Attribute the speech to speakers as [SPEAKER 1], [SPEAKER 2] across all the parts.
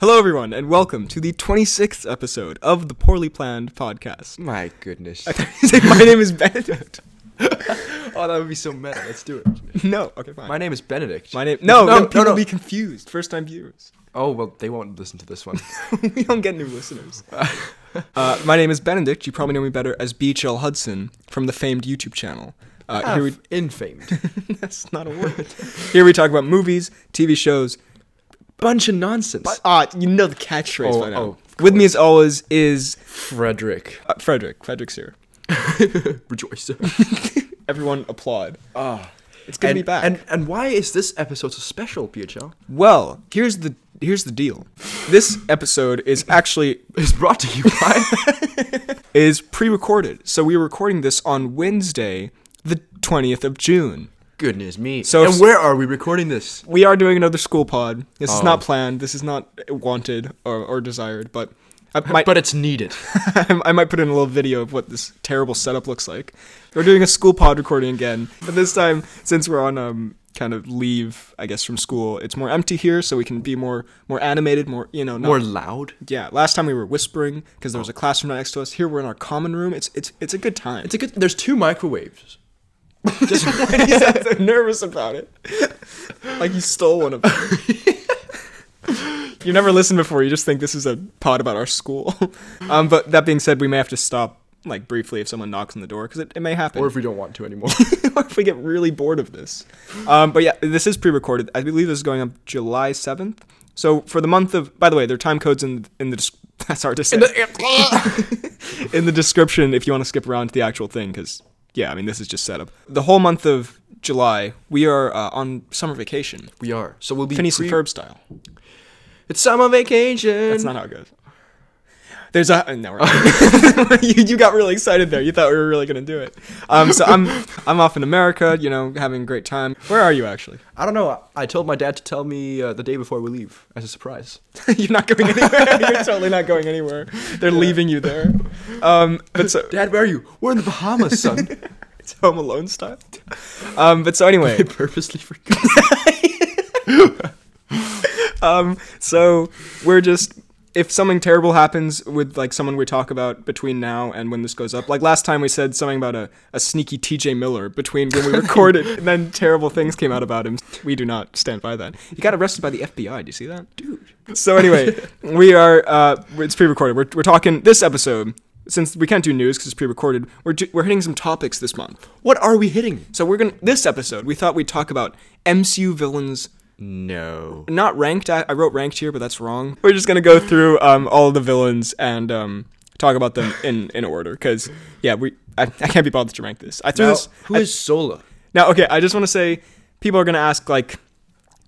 [SPEAKER 1] Hello, everyone, and welcome to the 26th episode of the Poorly Planned Podcast.
[SPEAKER 2] My goodness.
[SPEAKER 1] I thought you said, My name is Benedict.
[SPEAKER 2] oh, that would be so meta. Let's do it.
[SPEAKER 1] No, okay, fine.
[SPEAKER 2] My name is Benedict.
[SPEAKER 1] My name. No,
[SPEAKER 2] No,
[SPEAKER 1] no,
[SPEAKER 2] no,
[SPEAKER 1] people
[SPEAKER 2] no.
[SPEAKER 1] be confused. First time viewers.
[SPEAKER 2] oh, well, they won't listen to this one.
[SPEAKER 1] we don't get new listeners. Uh, my name is Benedict. You probably know me better as BHL Hudson from the famed YouTube channel. Uh,
[SPEAKER 2] Ah,
[SPEAKER 1] here we,
[SPEAKER 2] infamed.
[SPEAKER 1] that's not a word. Here we talk about movies, TV shows.
[SPEAKER 2] Bunch of nonsense.
[SPEAKER 1] But, ah, you know the catchphrase
[SPEAKER 2] Oh,
[SPEAKER 1] by now.
[SPEAKER 2] oh, of
[SPEAKER 1] With me, as always, is
[SPEAKER 2] Frederick.
[SPEAKER 1] uh, Frederick. Frederick's here.
[SPEAKER 2] Rejoice.
[SPEAKER 1] Everyone applaud.
[SPEAKER 2] Ah.
[SPEAKER 1] It's good to
[SPEAKER 2] and,
[SPEAKER 1] be back.
[SPEAKER 2] And, and why is this episode so special, PHL?
[SPEAKER 1] Well, here's the here's the deal. This episode is actually
[SPEAKER 2] It's brought to you by.
[SPEAKER 1] is pre-recorded. So we're recording this on Wednesday, the 20th of June.
[SPEAKER 2] goodness me.
[SPEAKER 1] So-
[SPEAKER 2] and where are we recording this?
[SPEAKER 1] We are doing another school pod. This is
[SPEAKER 2] Oh.
[SPEAKER 1] not planned. This is not wanted or, or desired, but I might
[SPEAKER 2] But it's needed.
[SPEAKER 1] I might put in a little video of what this terrible setup looks like. We're doing a school pod recording again, but this time since we're on um kind of leave, I guess from school, it's more empty here, so we can be more more animated, more you know, not
[SPEAKER 2] More loud.
[SPEAKER 1] Yeah, last time we were whispering because there was a classroom right next to us. Here we're in our common room. It's it's it's a good time.
[SPEAKER 2] It's a good. There's two microwaves.
[SPEAKER 1] He's so nervous about it, like you stole one of them. You've never listened before. You just think this is a pod about our school. Um, but that being said, we may have to stop like briefly if someone knocks on the door because it, it may happen.
[SPEAKER 2] Or if we don't want to anymore.
[SPEAKER 1] or if we get really bored of this. Um, but yeah, this is pre-recorded. I believe this is going up July seventh. So for the month of, by the way, there are time codes in in the. dis- That's hard to say. In the, description, if you want to skip around to the actual thing, because yeah, I mean this is just setup. The whole month of July, we are uh, on summer vacation,
[SPEAKER 2] we are. So we'll be.
[SPEAKER 1] Phineas
[SPEAKER 2] pre-
[SPEAKER 1] and Ferb style.
[SPEAKER 2] It's summer vacation.
[SPEAKER 1] That's not how it goes. There's a uh, no. we're- you, you got really excited there. You thought we were really gonna do it. Um, so I'm I'm off in America. You know, having a great time. Where are you actually?
[SPEAKER 2] I don't know. I- I told my dad to tell me uh, the day before we leave as a surprise.
[SPEAKER 1] You're not going anywhere. You're totally not going anywhere. They're leaving you there. Um, but so
[SPEAKER 2] Dad, where are you? We're in the Bahamas, son.
[SPEAKER 1] it's Home Alone style. Um, but so anyway,
[SPEAKER 2] I purposely forgot.
[SPEAKER 1] um, so we're just if something terrible happens with like someone we talk about between now and when this goes up like last time we said something about a, a sneaky tj miller between when we recorded and then terrible things came out about him we do not stand by that he got arrested by the fbi do you see that
[SPEAKER 2] Dude.
[SPEAKER 1] so anyway we are uh it's pre-recorded we're, we're talking this episode since we can't do news because it's pre-recorded we're, do, we're hitting some topics this month
[SPEAKER 2] What are we hitting?
[SPEAKER 1] so we're gonna this episode we thought we'd talk about mcu villains
[SPEAKER 2] No.
[SPEAKER 1] not ranked. I, I wrote ranked here, but that's wrong. We're just gonna go through um, all the villains and um, talk about them in, in order. Cause yeah, we I, I can't be bothered to rank this. I threw
[SPEAKER 2] Now,
[SPEAKER 1] this
[SPEAKER 2] who is Sola?
[SPEAKER 1] now. Okay, I just want to say people are gonna ask like,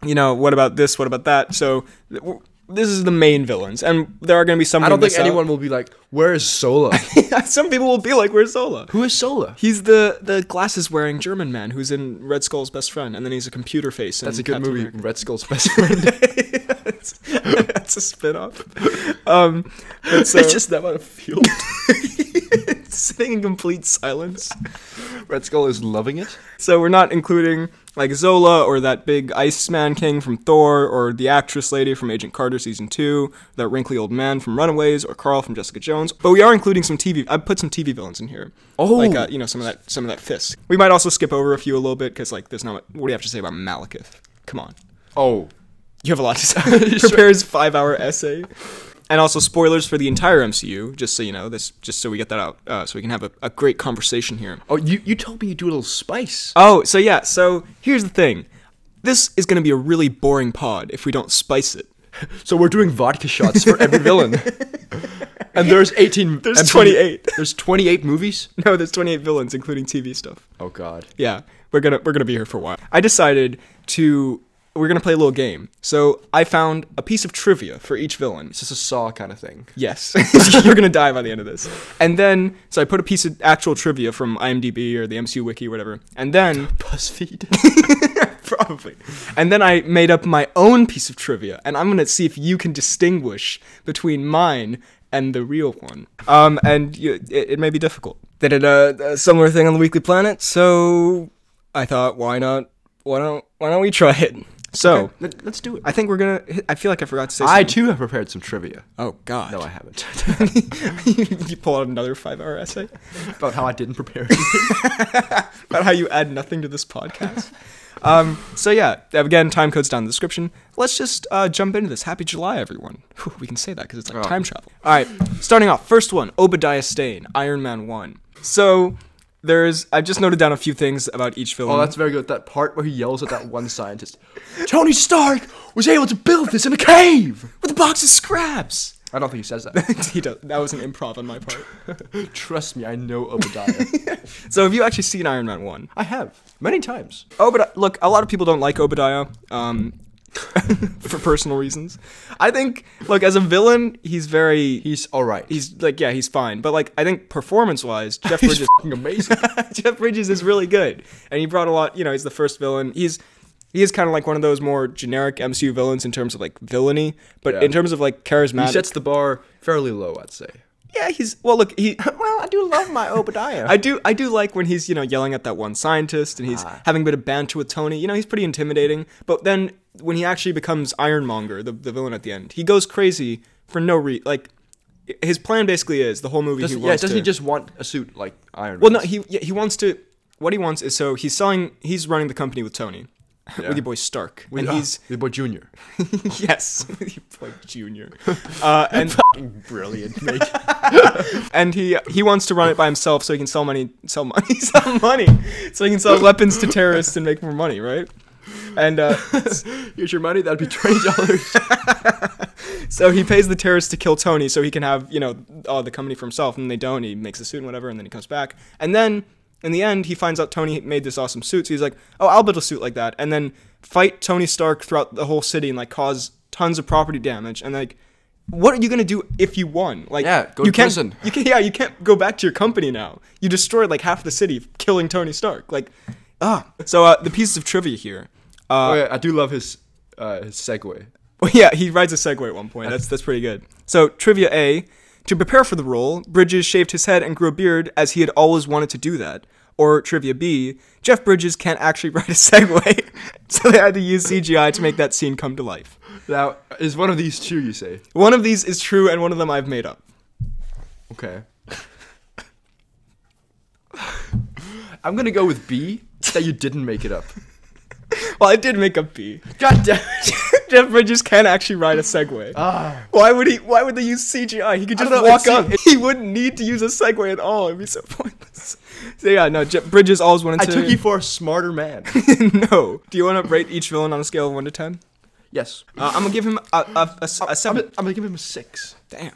[SPEAKER 1] you know, what about this? What about that? So th- w- this is the main villains, and there are gonna be some.
[SPEAKER 2] I
[SPEAKER 1] who
[SPEAKER 2] don't think
[SPEAKER 1] miss out.
[SPEAKER 2] anyone will be like, where is Sola?
[SPEAKER 1] some people will be like, "Where's Zola?"
[SPEAKER 2] who is Sola?
[SPEAKER 1] He's the the glasses wearing German man who's in Red Skull's best friend, and then he's a computer face. in
[SPEAKER 2] That's a good
[SPEAKER 1] Captain
[SPEAKER 2] movie.
[SPEAKER 1] America.
[SPEAKER 2] Red Skull's best friend.
[SPEAKER 1] that's, that's a spin off. Um, but so-
[SPEAKER 2] it's just them on a field.
[SPEAKER 1] sitting in complete silence.
[SPEAKER 2] Red Skull is loving it.
[SPEAKER 1] So we're not including like Zola or that big Iceman King from Thor or the actress lady from Agent Carter season 2, that wrinkly old man from Runaways or Carl from Jessica Jones. But we are including some TV I put some TV villains in here.
[SPEAKER 2] Oh.
[SPEAKER 1] Like uh, you know some of that some of that Fisk. We might also skip over a few a little bit cuz like there's not what do you have to say about Malekith? Come on.
[SPEAKER 2] Oh.
[SPEAKER 1] You have a lot to say. Prepares five hour essay. And also spoilers for the entire MCU, just so you know, this just so we get that out, uh, so we can have a, a great conversation here.
[SPEAKER 2] Oh, you, you told me you do a little spice.
[SPEAKER 1] Oh, so yeah, so here's the thing. This is going to be a really boring pod if we don't spice it.
[SPEAKER 2] So we're doing vodka shots for every villain. And there's 18.
[SPEAKER 1] There's
[SPEAKER 2] and
[SPEAKER 1] 28.
[SPEAKER 2] There's 28 movies?
[SPEAKER 1] No, there's 28 villains including TV stuff.
[SPEAKER 2] Oh, God.
[SPEAKER 1] Yeah, we're going to we're going to be here for a while. I decided to we're going to play a little game. So, I found a piece of trivia for each villain.
[SPEAKER 2] It's just a saw kind of thing.
[SPEAKER 1] Yes, you're gonna die by the end of this. And then, so I put a piece of actual trivia from IMDb or the MCU Wiki or whatever, and then
[SPEAKER 2] BuzzFeed.
[SPEAKER 1] probably, and then I made up my own piece of trivia, and I'm gonna see if you can distinguish between mine and the real one. Um, and you, it, it may be difficult. They did a, a similar thing on the Weekly Planet, so I thought, why not? Why don't? Why don't we try it? So
[SPEAKER 2] Let, us do it.
[SPEAKER 1] I think we're gonna. hit- I feel like I forgot to say.
[SPEAKER 2] Oh. I
[SPEAKER 1] Something.
[SPEAKER 2] too have prepared some trivia.
[SPEAKER 1] oh God.
[SPEAKER 2] No, I haven't.
[SPEAKER 1] you pull out another five-hour essay
[SPEAKER 2] About how I didn't prepare.
[SPEAKER 1] about how you add nothing to this podcast. um. So yeah. Again, time code's down in the description. Let's just uh, jump into this. Happy July, everyone. Whew, we can say that because it's like
[SPEAKER 2] Oh.
[SPEAKER 1] time travel. All right. Starting off, first one: Obadiah Stane, Iron Man One. So. There's. I've just noted down a few things about each film.
[SPEAKER 2] oh, that's very good. That part where he yells at that one scientist, Tony Stark was able to build this in a cave.
[SPEAKER 1] with a box of scraps.
[SPEAKER 2] I don't think he says that.
[SPEAKER 1] he does. That was an improv on my part.
[SPEAKER 2] Trust me, I know Obadiah.
[SPEAKER 1] So, have you actually seen Iron Man One?
[SPEAKER 2] I have many times.
[SPEAKER 1] Obadiah. Look, a lot of people don't like Obadiah um, for personal reasons. I think, look, as a villain, he's very.
[SPEAKER 2] He's all right.
[SPEAKER 1] He's like, yeah, he's fine. But, like, I think performance wise, Jeff
[SPEAKER 2] He's
[SPEAKER 1] Bridges.
[SPEAKER 2] fucking amazing.
[SPEAKER 1] Jeff Bridges is really good. And he brought a lot, you know, he's the first villain. He's. He is kind of like one of those more generic MCU villains in terms of like villainy, but
[SPEAKER 2] Yeah.
[SPEAKER 1] in terms of like
[SPEAKER 2] he
[SPEAKER 1] charismatic,
[SPEAKER 2] sets the bar fairly low, I'd say.
[SPEAKER 1] yeah, he's well. Look, he
[SPEAKER 2] Well, I do love my Obadiah.
[SPEAKER 1] I do I do like when he's, you know, yelling at that one scientist and
[SPEAKER 2] Ah.
[SPEAKER 1] he's having a bit of banter with Tony. You know, he's pretty intimidating. But then when he actually becomes Ironmonger, the, the villain at the end, he goes crazy for no reason. Like i- his plan basically is the whole movie
[SPEAKER 2] Does,
[SPEAKER 1] he
[SPEAKER 2] yeah,
[SPEAKER 1] wants
[SPEAKER 2] doesn't
[SPEAKER 1] to
[SPEAKER 2] he just want a suit like Iron
[SPEAKER 1] Well, no,
[SPEAKER 2] Man's?
[SPEAKER 1] he yeah, he wants to what he wants is so he's selling he's running the company with Tony.
[SPEAKER 2] Yeah.
[SPEAKER 1] with your boy Stark.
[SPEAKER 2] With-
[SPEAKER 1] and
[SPEAKER 2] ah,
[SPEAKER 1] he's
[SPEAKER 2] with boy Junior.
[SPEAKER 1] yes, with your boy Junior. Uh, and
[SPEAKER 2] Brilliant.
[SPEAKER 1] and he he wants to run it by himself so he can sell money sell money sell money so he can sell weapons to terrorists and make more money right and uh,
[SPEAKER 2] Here's your money. That'd be twenty dollars.
[SPEAKER 1] so he pays the terrorists to kill tony so he can have you know uh, the company for himself and they don't he makes a suit and whatever and then he comes back and then in the end he finds out tony made this awesome suit so he's like oh i'll build a suit like that and then fight tony stark throughout the whole city and like cause tons of property damage and like what are you gonna do if you won? Like,
[SPEAKER 2] Yeah, go
[SPEAKER 1] you
[SPEAKER 2] to
[SPEAKER 1] can't,
[SPEAKER 2] prison.
[SPEAKER 1] You can, yeah, you can't go back to your company now. You destroyed like half the city, killing Tony Stark. Like, ah. So uh, the pieces of trivia here. Uh,
[SPEAKER 2] oh, yeah, I do love his uh, his segue.
[SPEAKER 1] well, yeah, he rides a Segway at one point. That's that's pretty good. So trivia A: To prepare for the role, Bridges shaved his head and grew a beard as he had always wanted to do that. Or trivia B: Jeff Bridges can't actually ride a Segway, so they had to use CGI to make that scene come to life.
[SPEAKER 2] Now, is one of these two you say?
[SPEAKER 1] One of these is true, and one of them I've made up.
[SPEAKER 2] Okay. I'm gonna go with B. That you didn't make it up.
[SPEAKER 1] Well, I did make up B.
[SPEAKER 2] God damn.
[SPEAKER 1] Jeff Bridges can actually ride a Segway.
[SPEAKER 2] Ah.
[SPEAKER 1] Why would he? Why would they use CGI? He could
[SPEAKER 2] I
[SPEAKER 1] just
[SPEAKER 2] don't know,
[SPEAKER 1] walk
[SPEAKER 2] it's-
[SPEAKER 1] up. He wouldn't need to use a Segway at all. It'd be so pointless. So yeah, no. Jeff Bridges always wanted
[SPEAKER 2] I
[SPEAKER 1] to.
[SPEAKER 2] took you for a smarter man.
[SPEAKER 1] no. Do you want to rate each villain on a scale of one to ten?
[SPEAKER 2] yes.
[SPEAKER 1] Uh, I'm gonna give him a, a, a, a
[SPEAKER 2] I'm,
[SPEAKER 1] seven.
[SPEAKER 2] gonna- I'm gonna give him a six.
[SPEAKER 1] Damn.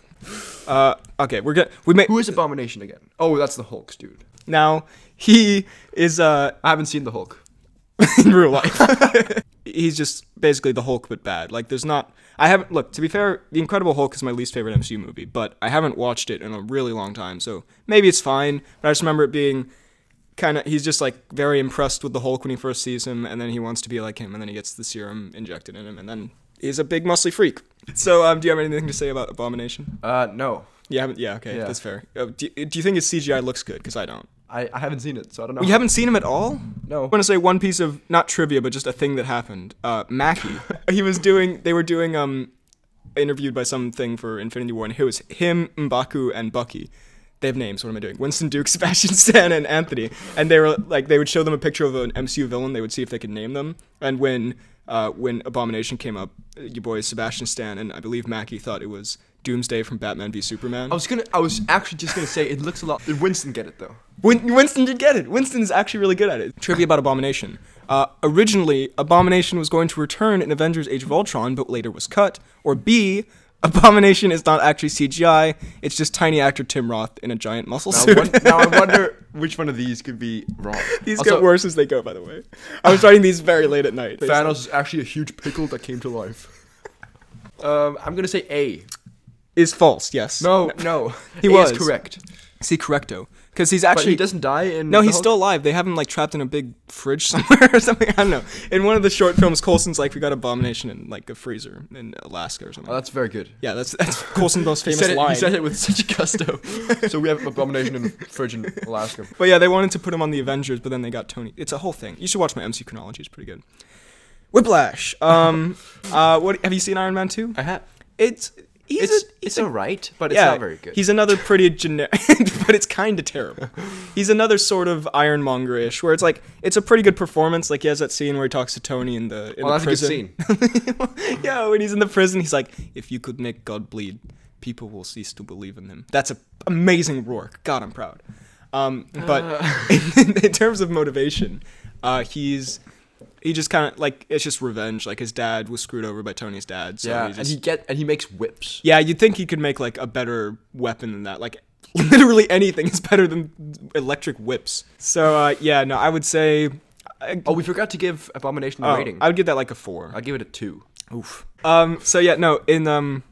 [SPEAKER 1] Uh, okay, we're gonna we make
[SPEAKER 2] Who is Abomination again? Oh, that's the Hulk's dude.
[SPEAKER 1] now. He is uh
[SPEAKER 2] I haven't seen the Hulk.
[SPEAKER 1] in real life. He's just basically the Hulk, but bad. Like, there's not. I haven't. Look, to be fair, The Incredible Hulk is my least favorite MCU movie, but I haven't watched it in a really long time, so maybe it's fine. But I just remember it being kind of. He's just, like, very impressed with the Hulk when he first sees him, and then he wants to be like him, and then he gets the serum injected in him, and then he's a big, muscly freak. So, um, do you have anything to say about Abomination?
[SPEAKER 2] Uh, no.
[SPEAKER 1] You haven't. Yeah, okay,
[SPEAKER 2] Yeah.
[SPEAKER 1] that's fair. Uh, do, do you think his CGI looks good? Because I don't.
[SPEAKER 2] I, I haven't seen it, so I don't know.
[SPEAKER 1] You haven't seen him at all?
[SPEAKER 2] No.
[SPEAKER 1] I want to say one piece of not trivia, but just a thing that happened. Uh, Mackie, he was doing. They were doing um, interviewed by something for Infinity War, and it was him, Mbaku, and Bucky. They have names. What am I doing? Winston Duke, Sebastian Stan, and Anthony. And they were like, they would show them a picture of an MCU villain. They would see if they could name them. And when uh, when Abomination came up, your boy Sebastian Stan and I believe Mackie thought it was Doomsday from Batman v Superman.
[SPEAKER 2] I was gonna. I was actually just gonna say it looks a lot. Did Winston get it though?
[SPEAKER 1] Win- Winston did get it. Winston is actually really good at it. Trivia about Abomination. Uh, originally, Abomination was going to return in Avengers Age of Ultron, but later was cut. Or B, Abomination is not actually CGI, it's just tiny actor Tim Roth in a giant muscle
[SPEAKER 2] Now,
[SPEAKER 1] suit.
[SPEAKER 2] one, now I wonder which one of these could be wrong.
[SPEAKER 1] these
[SPEAKER 2] Also,
[SPEAKER 1] get worse as they go, by the way. I was writing these very late at night.
[SPEAKER 2] Thanos is actually a huge pickle that came to life. Um, I'm gonna say A.
[SPEAKER 1] is false, yes.
[SPEAKER 2] No, no,
[SPEAKER 1] He
[SPEAKER 2] A
[SPEAKER 1] was.
[SPEAKER 2] is correct,
[SPEAKER 1] See, correcto. Because he's
[SPEAKER 2] but
[SPEAKER 1] actually.
[SPEAKER 2] he doesn't die in.
[SPEAKER 1] No,
[SPEAKER 2] the
[SPEAKER 1] he's
[SPEAKER 2] Hulk?
[SPEAKER 1] still alive. They have him like trapped in a big fridge somewhere or something. I don't know. In one of the short films, Colson's like, "We got Abomination in like a freezer in Alaska or something."
[SPEAKER 2] Oh, that's very good.
[SPEAKER 1] Yeah, that's that's Coulson's most
[SPEAKER 2] He
[SPEAKER 1] famous
[SPEAKER 2] said, it,
[SPEAKER 1] line.
[SPEAKER 2] he said it with such gusto. so we have Abomination in Virgin Alaska.
[SPEAKER 1] But yeah, they wanted to put him on the Avengers, but then they got Tony. It's a whole thing. You should watch my MC chronology; it's pretty good. Whiplash. Um, uh, what have you seen Iron Man two?
[SPEAKER 2] I have.
[SPEAKER 1] It's he's
[SPEAKER 2] It's
[SPEAKER 1] a,
[SPEAKER 2] it's alright, but it's
[SPEAKER 1] yeah,
[SPEAKER 2] not very good.
[SPEAKER 1] He's another pretty generic, but it's kind of terrible. He's another sort of ironmonger-ish, where it's like it's a pretty good performance. Like he has that scene where he talks to Tony in the in
[SPEAKER 2] well,
[SPEAKER 1] the
[SPEAKER 2] that's
[SPEAKER 1] prison.
[SPEAKER 2] a good scene.
[SPEAKER 1] yeah, when he's in the prison, he's like, "If you could make God bleed, people will cease to believe in him." That's a amazing Rourke. God, I'm proud. Um, but in, in terms of motivation, uh, he's he just kind of like it's just revenge. Like his dad was screwed over by Tony's dad, so he
[SPEAKER 2] yeah,
[SPEAKER 1] just,
[SPEAKER 2] and he get and he makes whips.
[SPEAKER 1] yeah, you'd think he could make like a better weapon than that. Like literally anything is better than electric whips. So uh, yeah, no, I would say. I,
[SPEAKER 2] Oh, we forgot to give Abomination a
[SPEAKER 1] oh,
[SPEAKER 2] rating.
[SPEAKER 1] I
[SPEAKER 2] I
[SPEAKER 1] would give that like a four.
[SPEAKER 2] will give it a two. Oof.
[SPEAKER 1] Um. So yeah, no. In um,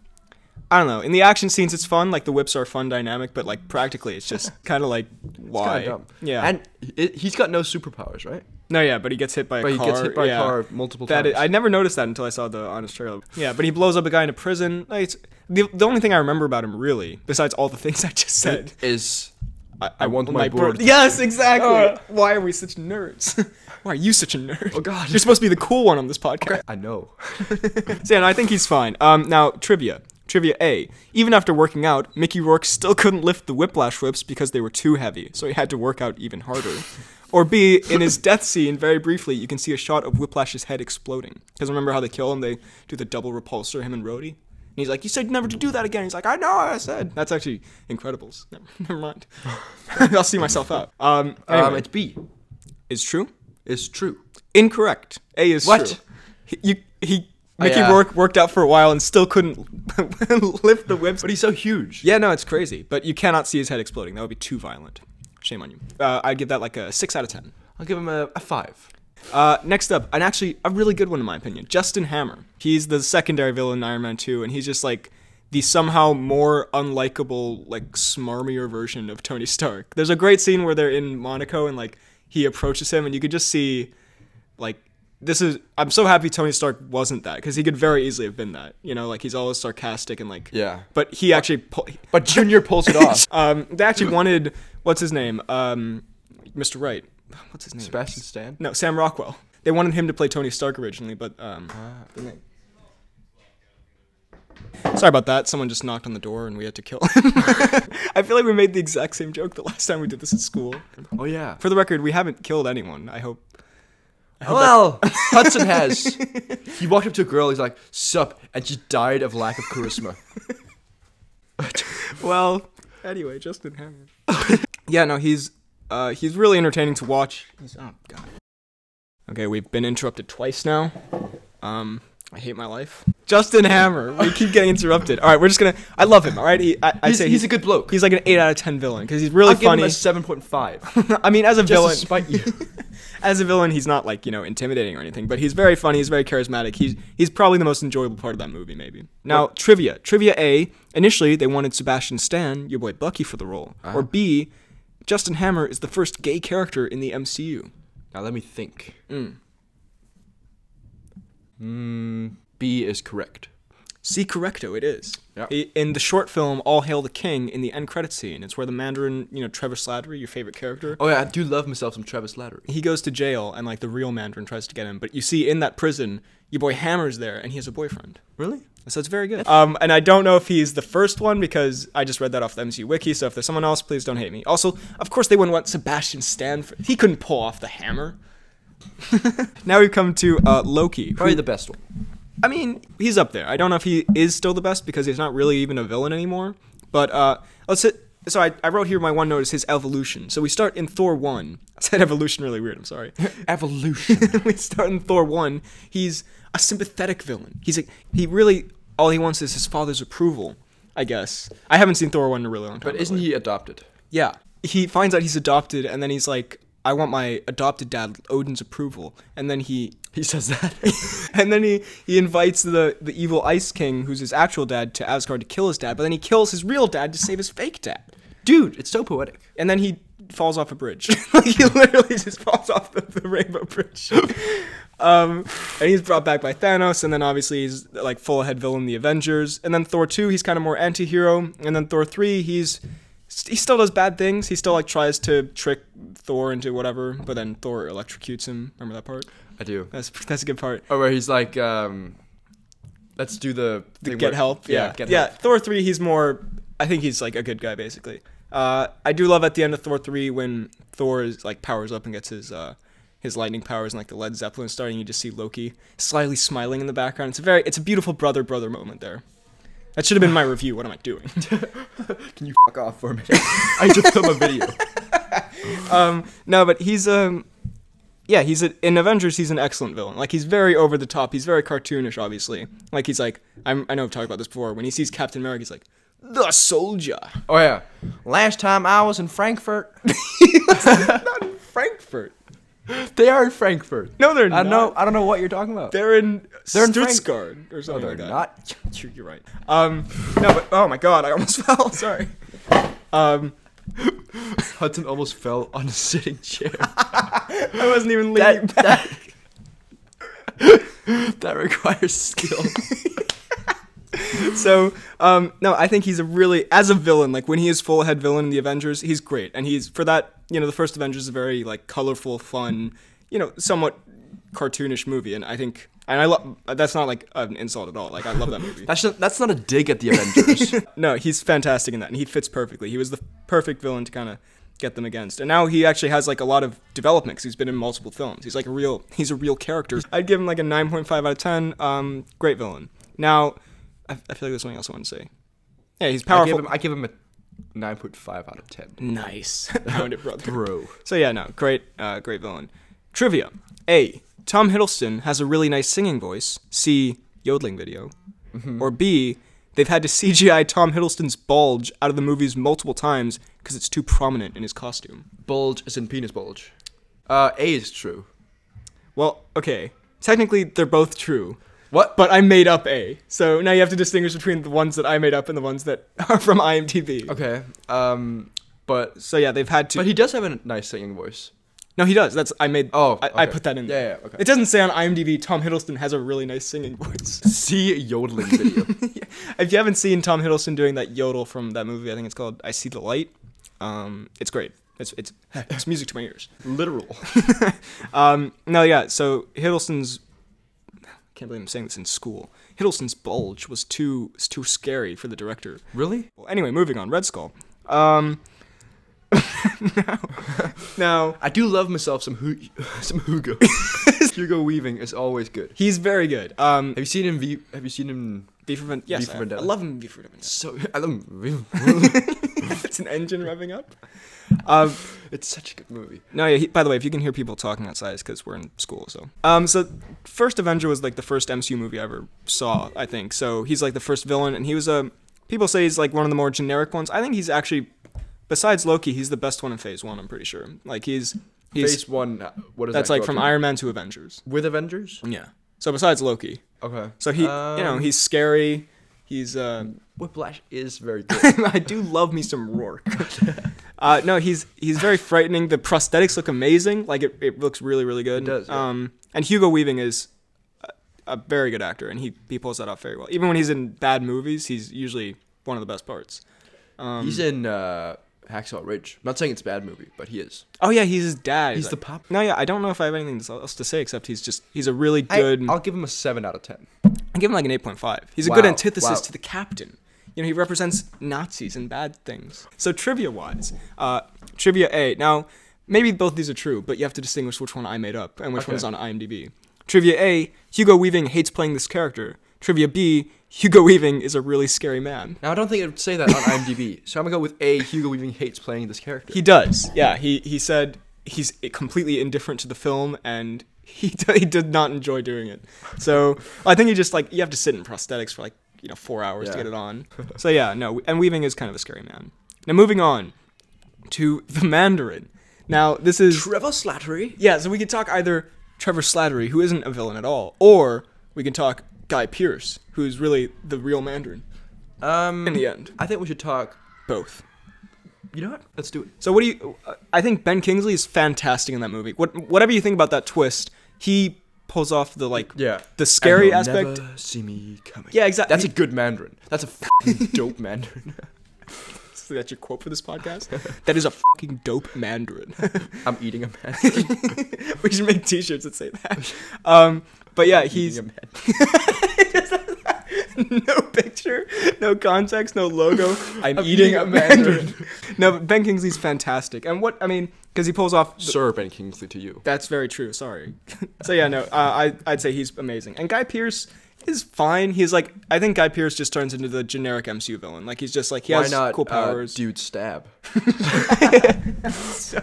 [SPEAKER 1] I don't know. In the action scenes, it's fun. Like the whips are a fun dynamic, but like practically, it's just kind of like why? Yeah.
[SPEAKER 2] And it, he's got no superpowers, right?
[SPEAKER 1] no, yeah, but he gets hit by a
[SPEAKER 2] But he
[SPEAKER 1] car.
[SPEAKER 2] gets hit by
[SPEAKER 1] yeah.
[SPEAKER 2] a car multiple
[SPEAKER 1] That
[SPEAKER 2] times.
[SPEAKER 1] is, I never noticed that until I saw the honest trailer. Yeah, but he blows up a guy in a prison. Like, It's, the, the only thing I remember about him really, besides all the things I just said,
[SPEAKER 2] is I, I want my,
[SPEAKER 1] bro-
[SPEAKER 2] board.
[SPEAKER 1] Yes, exactly.
[SPEAKER 2] Uh.
[SPEAKER 1] Why are we such nerds? Why are you such a nerd?
[SPEAKER 2] Oh, God.
[SPEAKER 1] you're supposed to be the cool one on this podcast.
[SPEAKER 2] I know.
[SPEAKER 1] so yeah, no, I think he's fine. Um, now trivia. Trivia A. Even after working out, Mickey Rourke still couldn't lift the whiplash whips because they were too heavy, so he had to work out even harder. or B. In his death scene, very briefly, you can see a shot of Whiplash's head exploding. Because remember how they kill him? They do the double repulsor, him and Rhodey? And he's like, You said never to do that again. He's like, I know, I said. That's actually Incredibles. Never, never mind. I'll see myself out. Um,
[SPEAKER 2] Um,
[SPEAKER 1] anyway,
[SPEAKER 2] it's B.
[SPEAKER 1] it's true.
[SPEAKER 2] It's true.
[SPEAKER 1] Incorrect. A is
[SPEAKER 2] What?
[SPEAKER 1] true. Oh, He, you, he Mickey
[SPEAKER 2] yeah.
[SPEAKER 1] Rourke worked out for a while and still couldn't lift the whips.
[SPEAKER 2] But he's so huge.
[SPEAKER 1] Yeah, no, it's crazy. But you cannot see his head exploding. That would be too violent. Shame on you. Uh, I'd give that like a six out of ten.
[SPEAKER 2] I'll give him a, a five.
[SPEAKER 1] Uh, next up, and actually a really good one in my opinion, Justin Hammer. He's the secondary villain in Iron Man 2, and he's just like the somehow more unlikable, like smarmier version of Tony Stark. There's a great scene where they're in Monaco and like he approaches him, and you could just see like this is I'm so happy Tony Stark wasn't that because he could very easily have been that. You know, like he's always sarcastic and like
[SPEAKER 2] Yeah.
[SPEAKER 1] But he actually pu-
[SPEAKER 2] But Junior pulls it off.
[SPEAKER 1] um they actually wanted what's his name um Mr. Wright what's his name
[SPEAKER 2] Sebastian Stan.
[SPEAKER 1] no, Sam Rockwell. They wanted him to play Tony Stark originally, but um, the name. Sorry about that. Someone just knocked on the door and we had to kill him. I feel like we made the exact same joke the last time we did this at school.
[SPEAKER 2] Oh yeah.
[SPEAKER 1] For the record, we haven't killed anyone. I hope.
[SPEAKER 2] Well, Hudson has. He walked up to a girl. He's like, "Sup," and she died of lack of charisma.
[SPEAKER 1] Well, anyway, Justin Hammer. yeah, no, he's uh, he's really entertaining to watch. He's oh god. Okay, we've been interrupted twice now. Um, I hate my life. Justin Hammer. We keep getting interrupted. All right, we're just gonna. I love him. All right, he, I, I'd
[SPEAKER 2] He's,
[SPEAKER 1] say
[SPEAKER 2] he's a good bloke.
[SPEAKER 1] He's like an eight out of ten villain because he's really
[SPEAKER 2] I'll give him
[SPEAKER 1] funny.
[SPEAKER 2] a seven point five.
[SPEAKER 1] I mean, as a
[SPEAKER 2] Just
[SPEAKER 1] villain,
[SPEAKER 2] to spite you.
[SPEAKER 1] as a villain, he's not like you know intimidating or anything, but he's very funny. He's very charismatic. He's he's probably the most enjoyable part of that movie, maybe. Now trivia, trivia A. Initially, they wanted Sebastian Stan, your boy Bucky, for the role,
[SPEAKER 2] Ah.
[SPEAKER 1] or B. Justin Hammer is the first gay character in the MCU.
[SPEAKER 2] Now let me think. Mm. Hmm. B is correct.
[SPEAKER 1] See, correcto, it is.
[SPEAKER 2] Yeah.
[SPEAKER 1] I- In the short film "All Hail the King," in the end credit scene, it's where the Mandarin, you know, Trevor Slattery, your favorite character,
[SPEAKER 2] Oh yeah, I do love myself some Travis Slattery.
[SPEAKER 1] he goes to jail and like the real Mandarin tries to get him. But you see in that prison, your boy Hammer's there and he has a boyfriend.
[SPEAKER 2] Really?
[SPEAKER 1] So it's very good. Um, and I don't know if he's the first one because I just read that off the MCU wiki. So if there's someone else, please don't hate me. Also, of course, they wouldn't want Sebastian Stan. For- he couldn't pull off the hammer. now we've come to uh, Loki. who-
[SPEAKER 2] Probably the best one.
[SPEAKER 1] I mean, he's up there. I don't know if he is still the best because he's not really even a villain anymore. But uh, let's hit. So I, I wrote here my one note is his evolution. So we start in Thor one. I said evolution really weird. I'm sorry.
[SPEAKER 2] Evolution.
[SPEAKER 1] we start in Thor one. He's a sympathetic villain. He's like he really all he wants is his father's approval. I guess I haven't seen Thor one in a really long time.
[SPEAKER 2] but isn't
[SPEAKER 1] by the way.
[SPEAKER 2] he adopted?
[SPEAKER 1] Yeah, he finds out he's adopted, and then he's like, "I want my adopted dad Odin's approval." And then he
[SPEAKER 2] He says that.
[SPEAKER 1] and then he, he invites the, the evil Ice King, who's his actual dad, to Asgard to kill his dad, but then he kills his real dad to save his fake dad.
[SPEAKER 2] Dude, it's so poetic.
[SPEAKER 1] And then he falls off a bridge. like, he literally just falls off the, the rainbow bridge. um, and he's brought back by Thanos, and then obviously he's like full head villain in the Avengers. And then Thor 2, he's kind of more anti hero. And then Thor 3, he's. He still does bad things. He still like tries to trick Thor into whatever, but then Thor electrocutes him. Remember that part?
[SPEAKER 2] I do.
[SPEAKER 1] That's that's a good part.
[SPEAKER 2] Or where he's like, um, let's do the,
[SPEAKER 1] The
[SPEAKER 2] thing
[SPEAKER 1] get
[SPEAKER 2] where-
[SPEAKER 1] help. Yeah, yeah.
[SPEAKER 2] get
[SPEAKER 1] Thor three, he's more. I think he's like a good guy basically. Uh, I do love at the end of Thor three when Thor is like powers up and gets his uh, his lightning powers and like the Led Zeppelin starting. You just see Loki slyly smiling in the background. It's a very it's a beautiful brother brother moment there. That should have been my review. What am I doing?
[SPEAKER 2] help. Can you fuck off for a minute? I just film a video.
[SPEAKER 1] No, but he's um yeah, he's a, in Avengers he's an excellent villain. Like he's very over the top. He's very cartoonish obviously. Like he's like I'm I know I've talked about this before. When he sees Captain America he's like the soldier.
[SPEAKER 2] Oh yeah. Last time I was in Frankfurt.
[SPEAKER 1] Frankfurt.
[SPEAKER 2] they are in Frankfurt.
[SPEAKER 1] No, they're
[SPEAKER 2] I
[SPEAKER 1] not.
[SPEAKER 2] don't know. I don't know what you're talking about.
[SPEAKER 1] They're in
[SPEAKER 2] They're in Frank-
[SPEAKER 1] Stuttgart or
[SPEAKER 2] No,
[SPEAKER 1] something
[SPEAKER 2] they're
[SPEAKER 1] like that.
[SPEAKER 2] not.
[SPEAKER 1] You're, you're right. Um no, but oh my god, I almost fell. Sorry. Um
[SPEAKER 2] Hudson almost fell on a sitting chair.
[SPEAKER 1] I wasn't even leaning
[SPEAKER 2] that,
[SPEAKER 1] back.
[SPEAKER 2] that, that requires skill.
[SPEAKER 1] So, um, no, I think he's a really as a villain. Like when he is full head villain in the Avengers, he's great, and he's for that. You know, the first Avengers is a very like colorful, fun, you know, somewhat cartoonish movie, and I think, and I love. That's not like an insult at all. Like I love that movie.
[SPEAKER 2] That's not, that's not a dig at the Avengers.
[SPEAKER 1] no, he's fantastic in that, and he fits perfectly. He was the perfect villain to kind of get them against, and now he actually has like a lot of development 'cause he's been in multiple films. He's like a real, he's a real character. I'd give him like a nine point five out of ten. Um, great villain. Now, I, I feel like there's something else I want to say. Yeah, he's
[SPEAKER 2] I
[SPEAKER 1] powerful.
[SPEAKER 2] give him I give him a 9.5 out of 10.
[SPEAKER 1] Nice. Found it, brother.
[SPEAKER 2] Bro.
[SPEAKER 1] So yeah, no, great, uh, great villain. Trivia: A. Tom Hiddleston has a really nice singing voice. C. Yodeling video.
[SPEAKER 2] Mm-hmm.
[SPEAKER 1] Or B. They've had to CGI Tom Hiddleston's bulge out of the movies multiple times because it's too prominent in his costume.
[SPEAKER 2] Bulge is in penis bulge. Uh, A is true.
[SPEAKER 1] Well, okay, technically they're both true,
[SPEAKER 2] What?
[SPEAKER 1] but I made up A. So now you have to distinguish between the ones that I made up and the ones that are from IMDb.
[SPEAKER 2] Okay. Um, but
[SPEAKER 1] So yeah, they've had to.
[SPEAKER 2] but he does have a nice singing voice.
[SPEAKER 1] no, he does. That's I made.
[SPEAKER 2] Oh,
[SPEAKER 1] I, I
[SPEAKER 2] okay.
[SPEAKER 1] put that in.
[SPEAKER 2] Yeah,
[SPEAKER 1] there.
[SPEAKER 2] yeah, okay.
[SPEAKER 1] It doesn't say on IMDb Tom Hiddleston has a really nice singing voice.
[SPEAKER 2] See a yodeling video.
[SPEAKER 1] if you haven't seen Tom Hiddleston doing that yodel from that movie, I think it's called "I See the Light." Um, it's great. It's it's it's music to my ears.
[SPEAKER 2] Literal.
[SPEAKER 1] Um, no, yeah. So Hiddleston's I can't believe I'm saying this in school. Hiddleston's bulge was too was too scary for the director.
[SPEAKER 2] Really?
[SPEAKER 1] Well, anyway, moving on. Red Skull. Um, now, now
[SPEAKER 2] I do love myself some hu- some Hugo. Hugo Weaving is always good.
[SPEAKER 1] he's very good. Um,
[SPEAKER 2] Have you seen him? V- have you seen him?
[SPEAKER 1] V for Vendetta. Yes,
[SPEAKER 2] for
[SPEAKER 1] I- I
[SPEAKER 2] Vendetta.
[SPEAKER 1] love him. V for Vendetta.
[SPEAKER 2] So I love.
[SPEAKER 1] it's an engine revving up. Um,
[SPEAKER 2] it's such a good movie.
[SPEAKER 1] No, yeah. He, by the way, if you can hear people talking outside, it's because we're in school. So, um, so first Avenger was like the first MCU movie I ever saw. I think so. He's like the first villain, and he was a. People say he's like one of the more generic ones. I think he's actually, besides Loki, he's the best one in Phase One. I'm pretty sure. Like he's he's
[SPEAKER 2] Phase one. uh, What is
[SPEAKER 1] that's
[SPEAKER 2] that
[SPEAKER 1] like
[SPEAKER 2] go
[SPEAKER 1] from
[SPEAKER 2] to?
[SPEAKER 1] Iron Man to Avengers.
[SPEAKER 2] with Avengers.
[SPEAKER 1] Yeah. So besides Loki,
[SPEAKER 2] Okay.
[SPEAKER 1] so he you know
[SPEAKER 2] Um,
[SPEAKER 1] he's scary. He's uh,
[SPEAKER 2] Whiplash is very good.
[SPEAKER 1] I do love me some Rourke. uh, no, he's he's very frightening. The prosthetics look amazing. Like it, it looks really really good.
[SPEAKER 2] It does, yeah.
[SPEAKER 1] Um, and Hugo Weaving is a, a very good actor, and he he pulls that off very well. Even when he's in bad movies, he's usually one of the best parts. Um,
[SPEAKER 2] He's in uh, Hacksaw Ridge. I'm not saying it's a bad movie, but he is.
[SPEAKER 1] oh yeah, he's his dad.
[SPEAKER 2] He's the
[SPEAKER 1] like-
[SPEAKER 2] pop.
[SPEAKER 1] No, yeah, I don't know if I have anything else to say except he's just he's a really good.
[SPEAKER 2] I,
[SPEAKER 1] I,
[SPEAKER 2] will give him a seven out of ten.
[SPEAKER 1] will give him like an eight point five. He's a good
[SPEAKER 2] Wow,
[SPEAKER 1] antithesis
[SPEAKER 2] wow.
[SPEAKER 1] to the captain. You know, he represents Nazis and bad things. So trivia wise, uh, trivia A. Now, maybe both these are true, but you have to distinguish which one I made up and which
[SPEAKER 2] Okay.
[SPEAKER 1] one's on IMDb. Trivia A: Hugo Weaving hates playing this character. Trivia B: Hugo Weaving is a really scary man.
[SPEAKER 2] Now I don't think it would say that on IMDb, so I'm gonna go with A. Hugo Weaving hates playing this character.
[SPEAKER 1] He does. Yeah. He he said he's completely indifferent to the film and. He, d- he did not enjoy doing it. So I think he just like, you have to sit in prosthetics for like, you know, four hours to
[SPEAKER 2] Yeah.
[SPEAKER 1] get it on. So yeah, no. And Weaving is kind of a scary man. Now moving on to the Mandarin. Now this is.
[SPEAKER 2] Trevor Slattery.
[SPEAKER 1] Yeah, so we could talk either Trevor Slattery, who isn't a villain at all, or we can talk Guy Pierce, who's really the real Mandarin
[SPEAKER 2] Um,
[SPEAKER 1] in the end.
[SPEAKER 2] I think we should talk.
[SPEAKER 1] Both.
[SPEAKER 2] You know what? Let's do it.
[SPEAKER 1] So what do you? I think Ben Kingsley is fantastic in that movie. What whatever you think about that twist, he pulls off the like
[SPEAKER 2] Yeah.
[SPEAKER 1] the scary
[SPEAKER 2] And you'll
[SPEAKER 1] aspect.
[SPEAKER 2] Never see me coming.
[SPEAKER 1] Yeah, exactly.
[SPEAKER 2] That's a good Mandarin. That's a f***ing dope Mandarin.
[SPEAKER 1] that's that's your quote for this podcast. That is a fucking dope mandarin.
[SPEAKER 2] I'm eating a man.
[SPEAKER 1] we should make T-shirts that say that. Um, but yeah, he's
[SPEAKER 2] Eating a man.
[SPEAKER 1] no picture, no context, no logo. I'm,
[SPEAKER 2] eating a mandarin.
[SPEAKER 1] no, but Ben Kingsley's fantastic, and what I mean because he pulls off. the-
[SPEAKER 2] Sir Ben Kingsley to you.
[SPEAKER 1] that's very true. Sorry. so yeah, no, uh, I I'd say he's amazing, and Guy Pierce is fine. He's like I think Guy Pierce just turns into the generic MCU villain. Like he's just like he
[SPEAKER 2] Why
[SPEAKER 1] has
[SPEAKER 2] not
[SPEAKER 1] cool
[SPEAKER 2] uh,
[SPEAKER 1] powers.
[SPEAKER 2] dude stab?
[SPEAKER 1] So-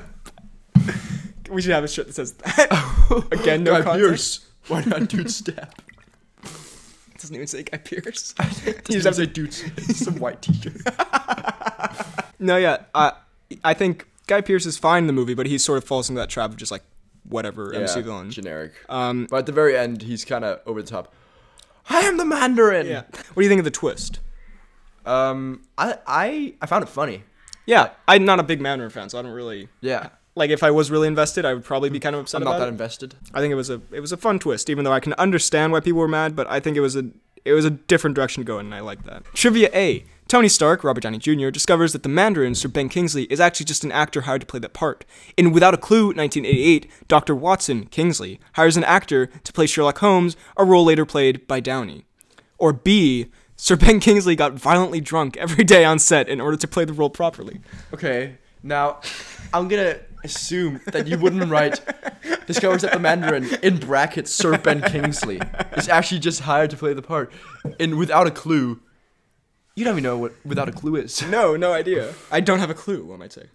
[SPEAKER 1] we should have a shirt that says that. Again, no
[SPEAKER 2] Guy
[SPEAKER 1] context.
[SPEAKER 2] Pearce. Why not dude stab?
[SPEAKER 1] It doesn't even say Guy Pierce.
[SPEAKER 2] you just have to say dude. Some white teacher.
[SPEAKER 1] no, yeah, I I think Guy Pierce is fine in the movie, but he sort of falls into that trap of just like whatever MCU villain.
[SPEAKER 2] Generic.
[SPEAKER 1] Um,
[SPEAKER 2] but at the very end, he's kind of over the top. I am the Mandarin.
[SPEAKER 1] yeah. What do you think of the twist?
[SPEAKER 2] Um, I I I found it funny.
[SPEAKER 1] Yeah, I'm not a big Mandarin fan, so I don't really
[SPEAKER 2] Yeah.
[SPEAKER 1] like. If I was really invested, I would probably be kind of upset
[SPEAKER 2] Mm. I'm
[SPEAKER 1] about
[SPEAKER 2] not that
[SPEAKER 1] it.
[SPEAKER 2] invested.
[SPEAKER 1] I think it was a it was a fun twist, even though I can understand why people were mad, but I think it was a it was a different direction to go in, and I like that. Trivia A. Tony Stark, Robert Downey Jr., discovers that the Mandarin, Sir Ben Kingsley, is actually just an actor hired to play that part. In Without a Clue, 1988, Dr. Watson, Kingsley, hires an actor to play Sherlock Holmes, a role later played by Downey. Or B. Sir Ben Kingsley got violently drunk every day on set in order to play the role properly.
[SPEAKER 2] Okay. Now, I'm gonna assume that you wouldn't write discovers that the Mandarin in brackets Sir Ben Kingsley is actually just hired to play the part, and without a clue. You don't even know what without a clue is.
[SPEAKER 1] No, no idea. I don't have a clue, one might say.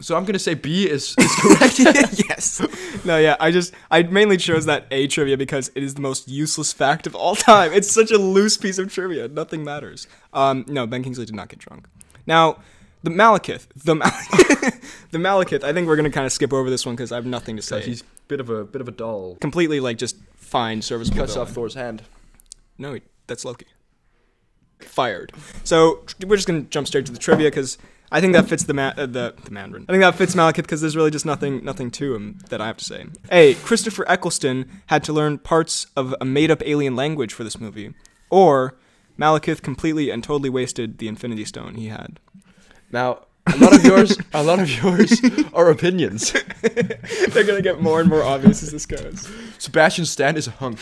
[SPEAKER 2] So I'm gonna say B is, is correct.
[SPEAKER 1] yes. No, yeah, I just I mainly chose that A trivia because it is the most useless fact of all time. It's such a loose piece of trivia. Nothing matters. Um, no, Ben Kingsley did not get drunk. Now, the Malekith, the Mal- the Malekith. I think we're gonna kind of skip over this one because I have nothing to say.
[SPEAKER 2] He's a bit of a bit of a doll.
[SPEAKER 1] completely like just fine serviceable.
[SPEAKER 2] Cuts
[SPEAKER 1] villain.
[SPEAKER 2] off Thor's hand.
[SPEAKER 1] No, he- that's Loki. Fired. So tr- we're just gonna jump straight to the trivia because I think that fits the ma- uh, the the Mandarin. I think that fits Malekith because there's really just nothing nothing to him that I have to say. A. Christopher Eccleston had to learn parts of a made up alien language for this movie, or Malekith completely and totally wasted the Infinity Stone he had.
[SPEAKER 2] Now, a lot of yours, a lot of yours are opinions.
[SPEAKER 1] They're gonna get more and more obvious as this goes.
[SPEAKER 2] Sebastian Stan is a hunk.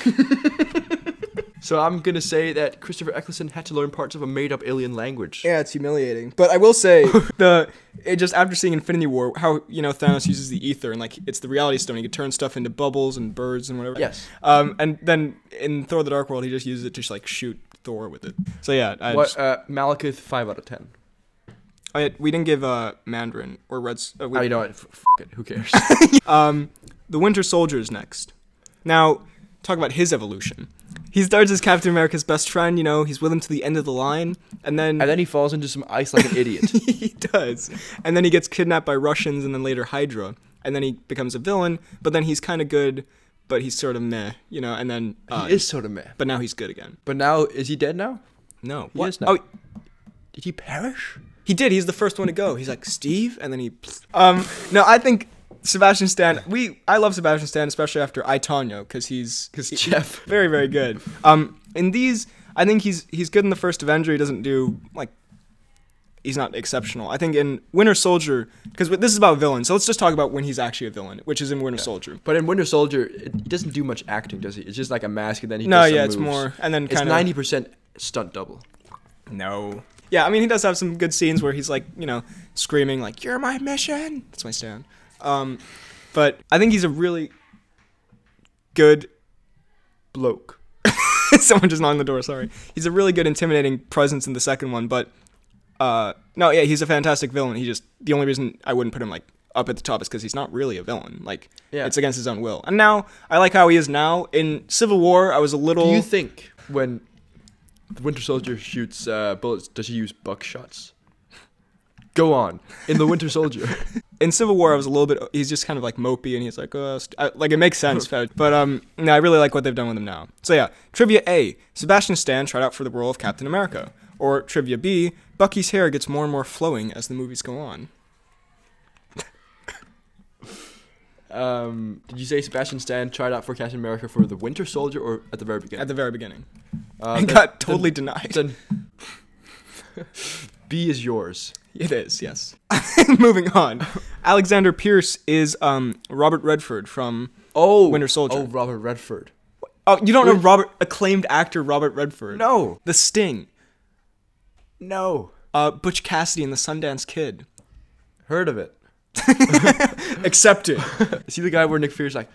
[SPEAKER 2] so I'm gonna say that Christopher Eccleston had to learn parts of a made-up alien language.
[SPEAKER 1] Yeah, it's humiliating. But I will say the it just after seeing Infinity War, how you know Thanos uses the ether and like it's the reality stone. He could turn stuff into bubbles and birds and whatever.
[SPEAKER 2] Yes.
[SPEAKER 1] Um, and then in Thor: The Dark World, he just uses it to just like shoot Thor with it. So yeah, I
[SPEAKER 2] What
[SPEAKER 1] just-
[SPEAKER 2] uh, Malekith five out of ten.
[SPEAKER 1] I- we didn't give uh, Mandarin or Reds. Uh, we,
[SPEAKER 2] Oh, you know what? F- f- it. Who cares?
[SPEAKER 1] Um, the Winter Soldier is next. Now, talk about his evolution. He starts as Captain America's best friend. You know, he's with him to the end of the line, and then
[SPEAKER 2] and then he falls into some ice like an idiot.
[SPEAKER 1] he does. And then he gets kidnapped by Russians and then later Hydra. And then he becomes a villain, but then he's kind of good, but he's sort of meh, you know, and then. Uh,
[SPEAKER 2] he is sort of meh.
[SPEAKER 1] But now he's good again.
[SPEAKER 2] But now, is he dead now?
[SPEAKER 1] No.
[SPEAKER 2] He
[SPEAKER 1] what?
[SPEAKER 2] is now.
[SPEAKER 1] Oh,
[SPEAKER 2] Did he perish?
[SPEAKER 1] he did. He's the first one to go. He's like, Steve? And then he. Um, no, I think Sebastian Stan. We I love Sebastian Stan, especially after I, Tonya, because he's.
[SPEAKER 2] Because Jeff.
[SPEAKER 1] very very good. Um, in these, I think he's he's good in the first Avenger. He doesn't do like he's not exceptional. I think in Winter Soldier because this is about villains, so let's just talk about when he's actually a villain, which is in Winter Soldier.
[SPEAKER 2] But in Winter Soldier, it he doesn't do much acting, does he? It's just like a mask, and then he
[SPEAKER 1] No,
[SPEAKER 2] does some
[SPEAKER 1] yeah, it's
[SPEAKER 2] moves.
[SPEAKER 1] more and then
[SPEAKER 2] It's
[SPEAKER 1] kind
[SPEAKER 2] ninety
[SPEAKER 1] of
[SPEAKER 2] percent stunt double.
[SPEAKER 1] no. Yeah, I mean he does have some good scenes where he's like you know screaming like "You're my mission." That's my stand. Um, but I think he's a really good
[SPEAKER 2] Bloke.
[SPEAKER 1] someone just knocked on the door. Sorry. He's a really good intimidating presence in the second one, but uh, no, yeah, he's a fantastic villain. He just the only reason I wouldn't put him like up at the top is because he's not really a villain. Like
[SPEAKER 2] Yeah.
[SPEAKER 1] it's against his own will. And now I like how he is now. In Civil War, I was a little.
[SPEAKER 2] Do you think when the Winter Soldier shoots uh, bullets, does he use buckshots? Go on. In the Winter Soldier,
[SPEAKER 1] in Civil War, I was a little bit. He's just kind of like mopey, and he's like, oh, st-, I, like it makes sense. but but, um, no, I really like what they've done with him now. So yeah, trivia A: Sebastian Stan tried out for the role of Captain America. Or trivia B: Bucky's hair gets more and more flowing as the movies go on.
[SPEAKER 2] um, did you say Sebastian Stan tried out for Captain America for the Winter Soldier or at the very beginning?
[SPEAKER 1] At the very beginning,
[SPEAKER 2] uh,
[SPEAKER 1] I
[SPEAKER 2] then-
[SPEAKER 1] got totally denied.
[SPEAKER 2] Then, B is yours.
[SPEAKER 1] It is, yes. Moving on. Alexander Pierce is um, Robert Redford from.
[SPEAKER 2] Oh,
[SPEAKER 1] Winter Soldier.
[SPEAKER 2] Oh, Robert Redford.
[SPEAKER 1] Oh, you don't know Robert, acclaimed actor Robert Redford.
[SPEAKER 2] No,
[SPEAKER 1] The Sting.
[SPEAKER 2] no.
[SPEAKER 1] Uh, Butch Cassidy and the Sundance Kid.
[SPEAKER 2] Heard of it?
[SPEAKER 1] Accepted.
[SPEAKER 2] See the guy where Nick Fury's like,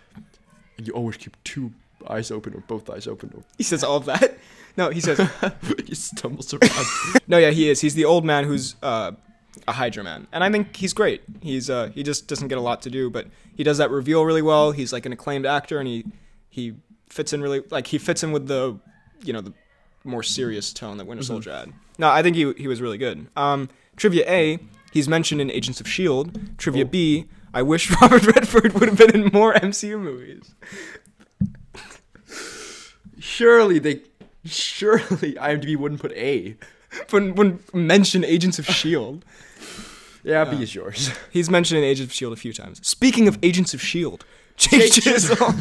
[SPEAKER 2] you always keep two eyes open or both eyes open. Or
[SPEAKER 1] he says all of that. No, he says.
[SPEAKER 2] he stumbles around.
[SPEAKER 1] No, yeah, he is. He's the old man who's uh, a Hydra man, and I think he's great. He's uh, he just doesn't get a lot to do, but he does that reveal really well. He's like an acclaimed actor, and he he fits in really like he fits in with the you know the more serious tone that Winter Soldier had. No, I think he he was really good. Um, trivia A, he's mentioned in Agents of Shield. E Trivia B, I wish Robert Redford would have been in more MCU movies.
[SPEAKER 2] surely they, surely IMDb wouldn't put A.
[SPEAKER 1] When when mention Agents of Shield,
[SPEAKER 2] Yeah, B is yours.
[SPEAKER 1] He's mentioned in Agents of Shield E a few times. Speaking of Agents of Shield, E Jake Chisel.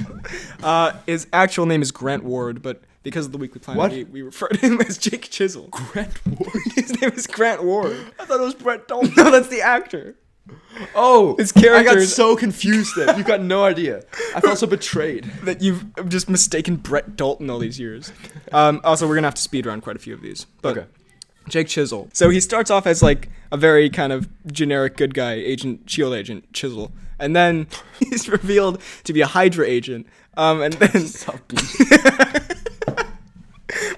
[SPEAKER 1] uh, his actual name is Grant Ward, but because of the Weekly Planet,
[SPEAKER 2] What?
[SPEAKER 1] we, we refer to him as Jake Chisel.
[SPEAKER 2] Brent Ward.
[SPEAKER 1] His name is Grant Ward.
[SPEAKER 2] I thought it was Brent Dalton.
[SPEAKER 1] No, that's the actor.
[SPEAKER 2] Oh,
[SPEAKER 1] His character
[SPEAKER 2] I got
[SPEAKER 1] is-
[SPEAKER 2] so confused then. You got no idea. I felt so betrayed.
[SPEAKER 1] That you've just mistaken Brett Dalton all these years. Um, also, we're gonna have to speed around quite a few of these. But
[SPEAKER 2] Okay.
[SPEAKER 1] Jake Chisel. So he starts off as like a very kind of generic good guy, agent, shield E agent, Chisel, and then he's revealed to be a Hydra agent. Um, and then
[SPEAKER 2] Stop B.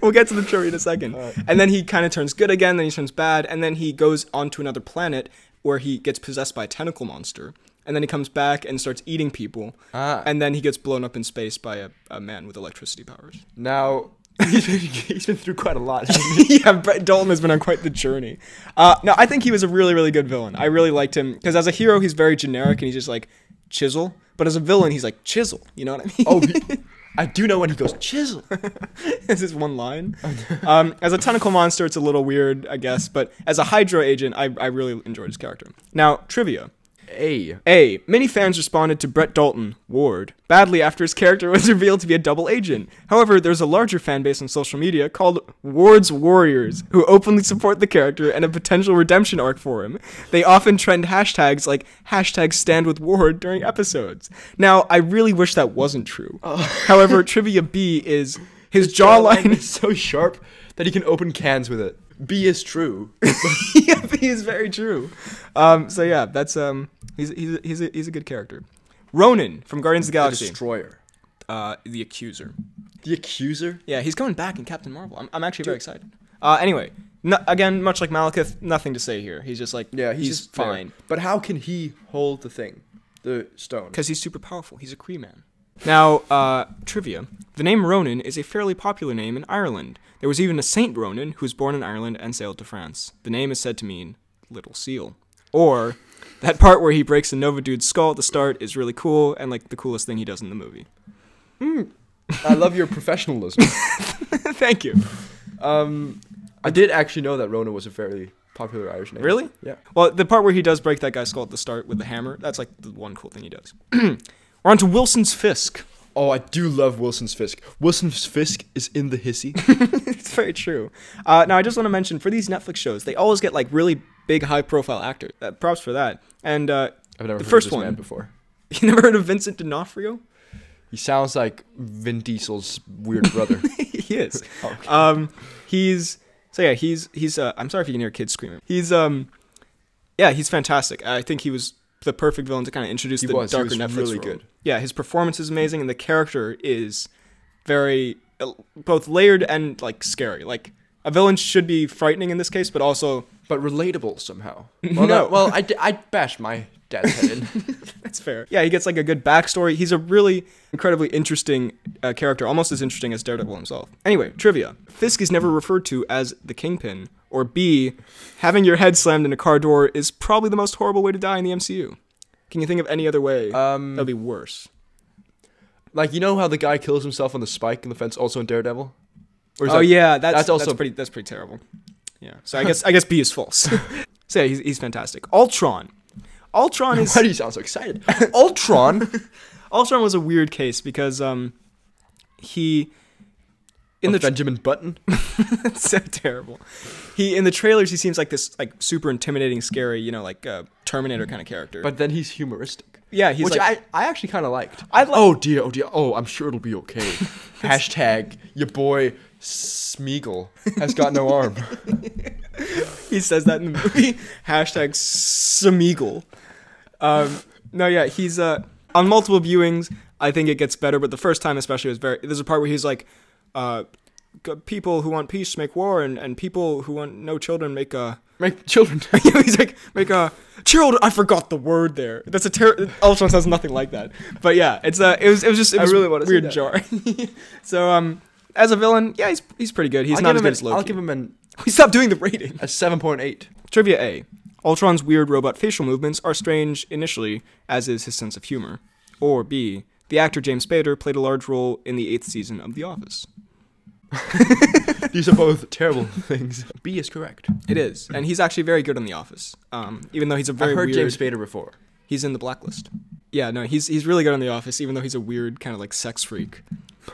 [SPEAKER 1] we'll get to the trivia in a second.
[SPEAKER 2] Alright.
[SPEAKER 1] And then he kind of turns good again, then he turns bad, and then he goes onto another planet where he gets possessed by a tentacle monster. And then he comes back and starts eating people.
[SPEAKER 2] Ah.
[SPEAKER 1] And then he gets blown up in space by a, a man with electricity powers.
[SPEAKER 2] Now he's been, he's been through quite a lot.
[SPEAKER 1] yeah, Brett Dalton has been on quite the journey. Uh, no, I think he was a really, really good villain. I really liked him because as a hero, he's very generic and he's just like chisel. But as a villain, he's like chisel. You know what I mean?
[SPEAKER 2] Oh, he- I do know when he goes chisel.
[SPEAKER 1] this is one line. um, as a tentacle monster, it's a little weird, I guess, but as a Hydra agent, I, I really enjoyed his character. Now, trivia.
[SPEAKER 2] A.
[SPEAKER 1] A. Many fans responded to Brett Dalton, Ward, badly after his character was revealed to be a double agent. However, there's a larger fan base on social media called Ward's Warriors, who openly support the character and a potential redemption arc for him. They often trend hashtags like hashtag stand with Ward during episodes. Now, I really wish that wasn't true. However, trivia B is Oh. his jawline
[SPEAKER 2] is so sharp that he can open cans with it. B is true.
[SPEAKER 1] yeah, but he's very true. Um, so yeah, that's um, he's he's he's a, he's a good character. Ronan from Guardians of the Galaxy,
[SPEAKER 2] Destroyer.
[SPEAKER 1] uh, the Accuser.
[SPEAKER 2] The accuser.
[SPEAKER 1] Yeah, he's coming back in Captain Marvel. I'm, I'm actually very excited. Uh, anyway, no, again, much like Malekith, nothing to say here. He's just like
[SPEAKER 2] Yeah, he's, just there.
[SPEAKER 1] fine
[SPEAKER 2] But how can he hold the thing, the stone?
[SPEAKER 1] because he's super powerful. He's a Kree man. Now, uh, trivia: the name Ronan is a fairly popular name in Ireland. There was even a Saint Ronan who was born in Ireland and sailed to France. The name is said to mean little seal, or that part where he breaks the Nova dude's skull at the start is really cool and like the coolest thing he does in the movie.
[SPEAKER 2] I love your professionalism.
[SPEAKER 1] Thank you.
[SPEAKER 2] um, I did actually know that Rona was a fairly popular Irish name.
[SPEAKER 1] Really?
[SPEAKER 2] Yeah.
[SPEAKER 1] Well, the part where he does break that guy's skull at the start with the hammer, that's like the one cool thing he does. We're on to Wilson's Fisk.
[SPEAKER 2] Oh, I do love Wilson's Fisk. Wilson's Fisk is in the hissy.
[SPEAKER 1] it's very true. Uh, now, I just want to mention for these Netflix shows, they always get like really big, high profile actors. Uh, props for that. And uh,
[SPEAKER 2] I've never
[SPEAKER 1] The
[SPEAKER 2] heard
[SPEAKER 1] first
[SPEAKER 2] of this
[SPEAKER 1] one.
[SPEAKER 2] man before.
[SPEAKER 1] you never heard of Vincent D'Onofrio?
[SPEAKER 2] He sounds like Vin Diesel's weird brother.
[SPEAKER 1] he is.
[SPEAKER 2] Oh,
[SPEAKER 1] Um, he's so yeah. He's he's. Uh, I'm sorry if you can hear kids screaming. He's um, yeah. He's fantastic. I think he was the perfect villain to kind of introduce
[SPEAKER 2] He
[SPEAKER 1] the
[SPEAKER 2] was, he
[SPEAKER 1] darker
[SPEAKER 2] was
[SPEAKER 1] Netflix
[SPEAKER 2] really
[SPEAKER 1] world.
[SPEAKER 2] good.
[SPEAKER 1] Yeah, his performance is amazing, and the character is very uh, both layered and like scary. Like a villain should be frightening in this case, but also
[SPEAKER 2] but relatable somehow. Well,
[SPEAKER 1] No.
[SPEAKER 2] that- well, I, d- I bashed my dad's head in.
[SPEAKER 1] That's fair. Yeah, he gets like a good backstory. He's a really incredibly interesting uh, character, almost as interesting as Daredevil himself. Anyway, trivia: Fisk is never referred to as the Kingpin, or B, having your head slammed in a car door is probably the most horrible way to die in the MCU. Can you think of any other way
[SPEAKER 2] Um,
[SPEAKER 1] that'd be worse?
[SPEAKER 2] like you know how the guy kills himself on the spike in the fence, also in Daredevil. Or is
[SPEAKER 1] oh
[SPEAKER 2] that-
[SPEAKER 1] yeah, that's,
[SPEAKER 2] that's also-
[SPEAKER 1] also pretty. That's pretty terrible. Yeah. So I guess I guess B is false. so yeah, he's, he's fantastic. Ultron. Ultron is
[SPEAKER 2] Why do you sound so excited? Ultron.
[SPEAKER 1] Ultron was a weird case because um, he in the tr-
[SPEAKER 2] Benjamin Button.
[SPEAKER 1] it's so terrible. He in the trailers he seems like this like super intimidating, scary, you know, like uh, Terminator kind of character.
[SPEAKER 2] But then he's humoristic.
[SPEAKER 1] yeah, he's
[SPEAKER 2] which
[SPEAKER 1] like,
[SPEAKER 2] I, I actually kind of liked.
[SPEAKER 1] I li-
[SPEAKER 2] oh dear, oh dear, oh I'm sure it'll be okay. Hashtag your boy Smeagol has got no arm.
[SPEAKER 1] he says that in the movie. Hashtag Smeagol. Um, no, yeah, he's uh, on multiple viewings. I think it gets better, but the first time especially was very. There's a part where he's like, uh, g- "People who want peace make war, and, and people who want no children make uh, a."
[SPEAKER 2] Make children.
[SPEAKER 1] he's like, "Make a children." I forgot the word there. That's a ter- Ultron sounds nothing like that. But yeah, it's uh, it was it was just it
[SPEAKER 2] I
[SPEAKER 1] was
[SPEAKER 2] really wanna see
[SPEAKER 1] weird
[SPEAKER 2] that.
[SPEAKER 1] jar. so um, as a villain, yeah, he's he's pretty good. He's
[SPEAKER 2] I'll
[SPEAKER 1] not
[SPEAKER 2] give
[SPEAKER 1] as
[SPEAKER 2] him
[SPEAKER 1] good
[SPEAKER 2] an-
[SPEAKER 1] as Loki.
[SPEAKER 2] I'll give him an,
[SPEAKER 1] we stopped doing the rating.
[SPEAKER 2] a 7.8.
[SPEAKER 1] Trivia A. Ultron's weird robot facial movements are strange initially, as is his sense of humor. Or B. The actor James Spader played a large role in the eighth season of The Office.
[SPEAKER 2] These are both terrible things. B is correct.
[SPEAKER 1] It is, and he's actually very good in The Office. Um, even though he's a very
[SPEAKER 2] I've heard
[SPEAKER 1] weird,
[SPEAKER 2] James Spader before.
[SPEAKER 1] he's in the blacklist. Yeah, no, he's he's really good in The Office, even though he's a weird kind of like sex freak.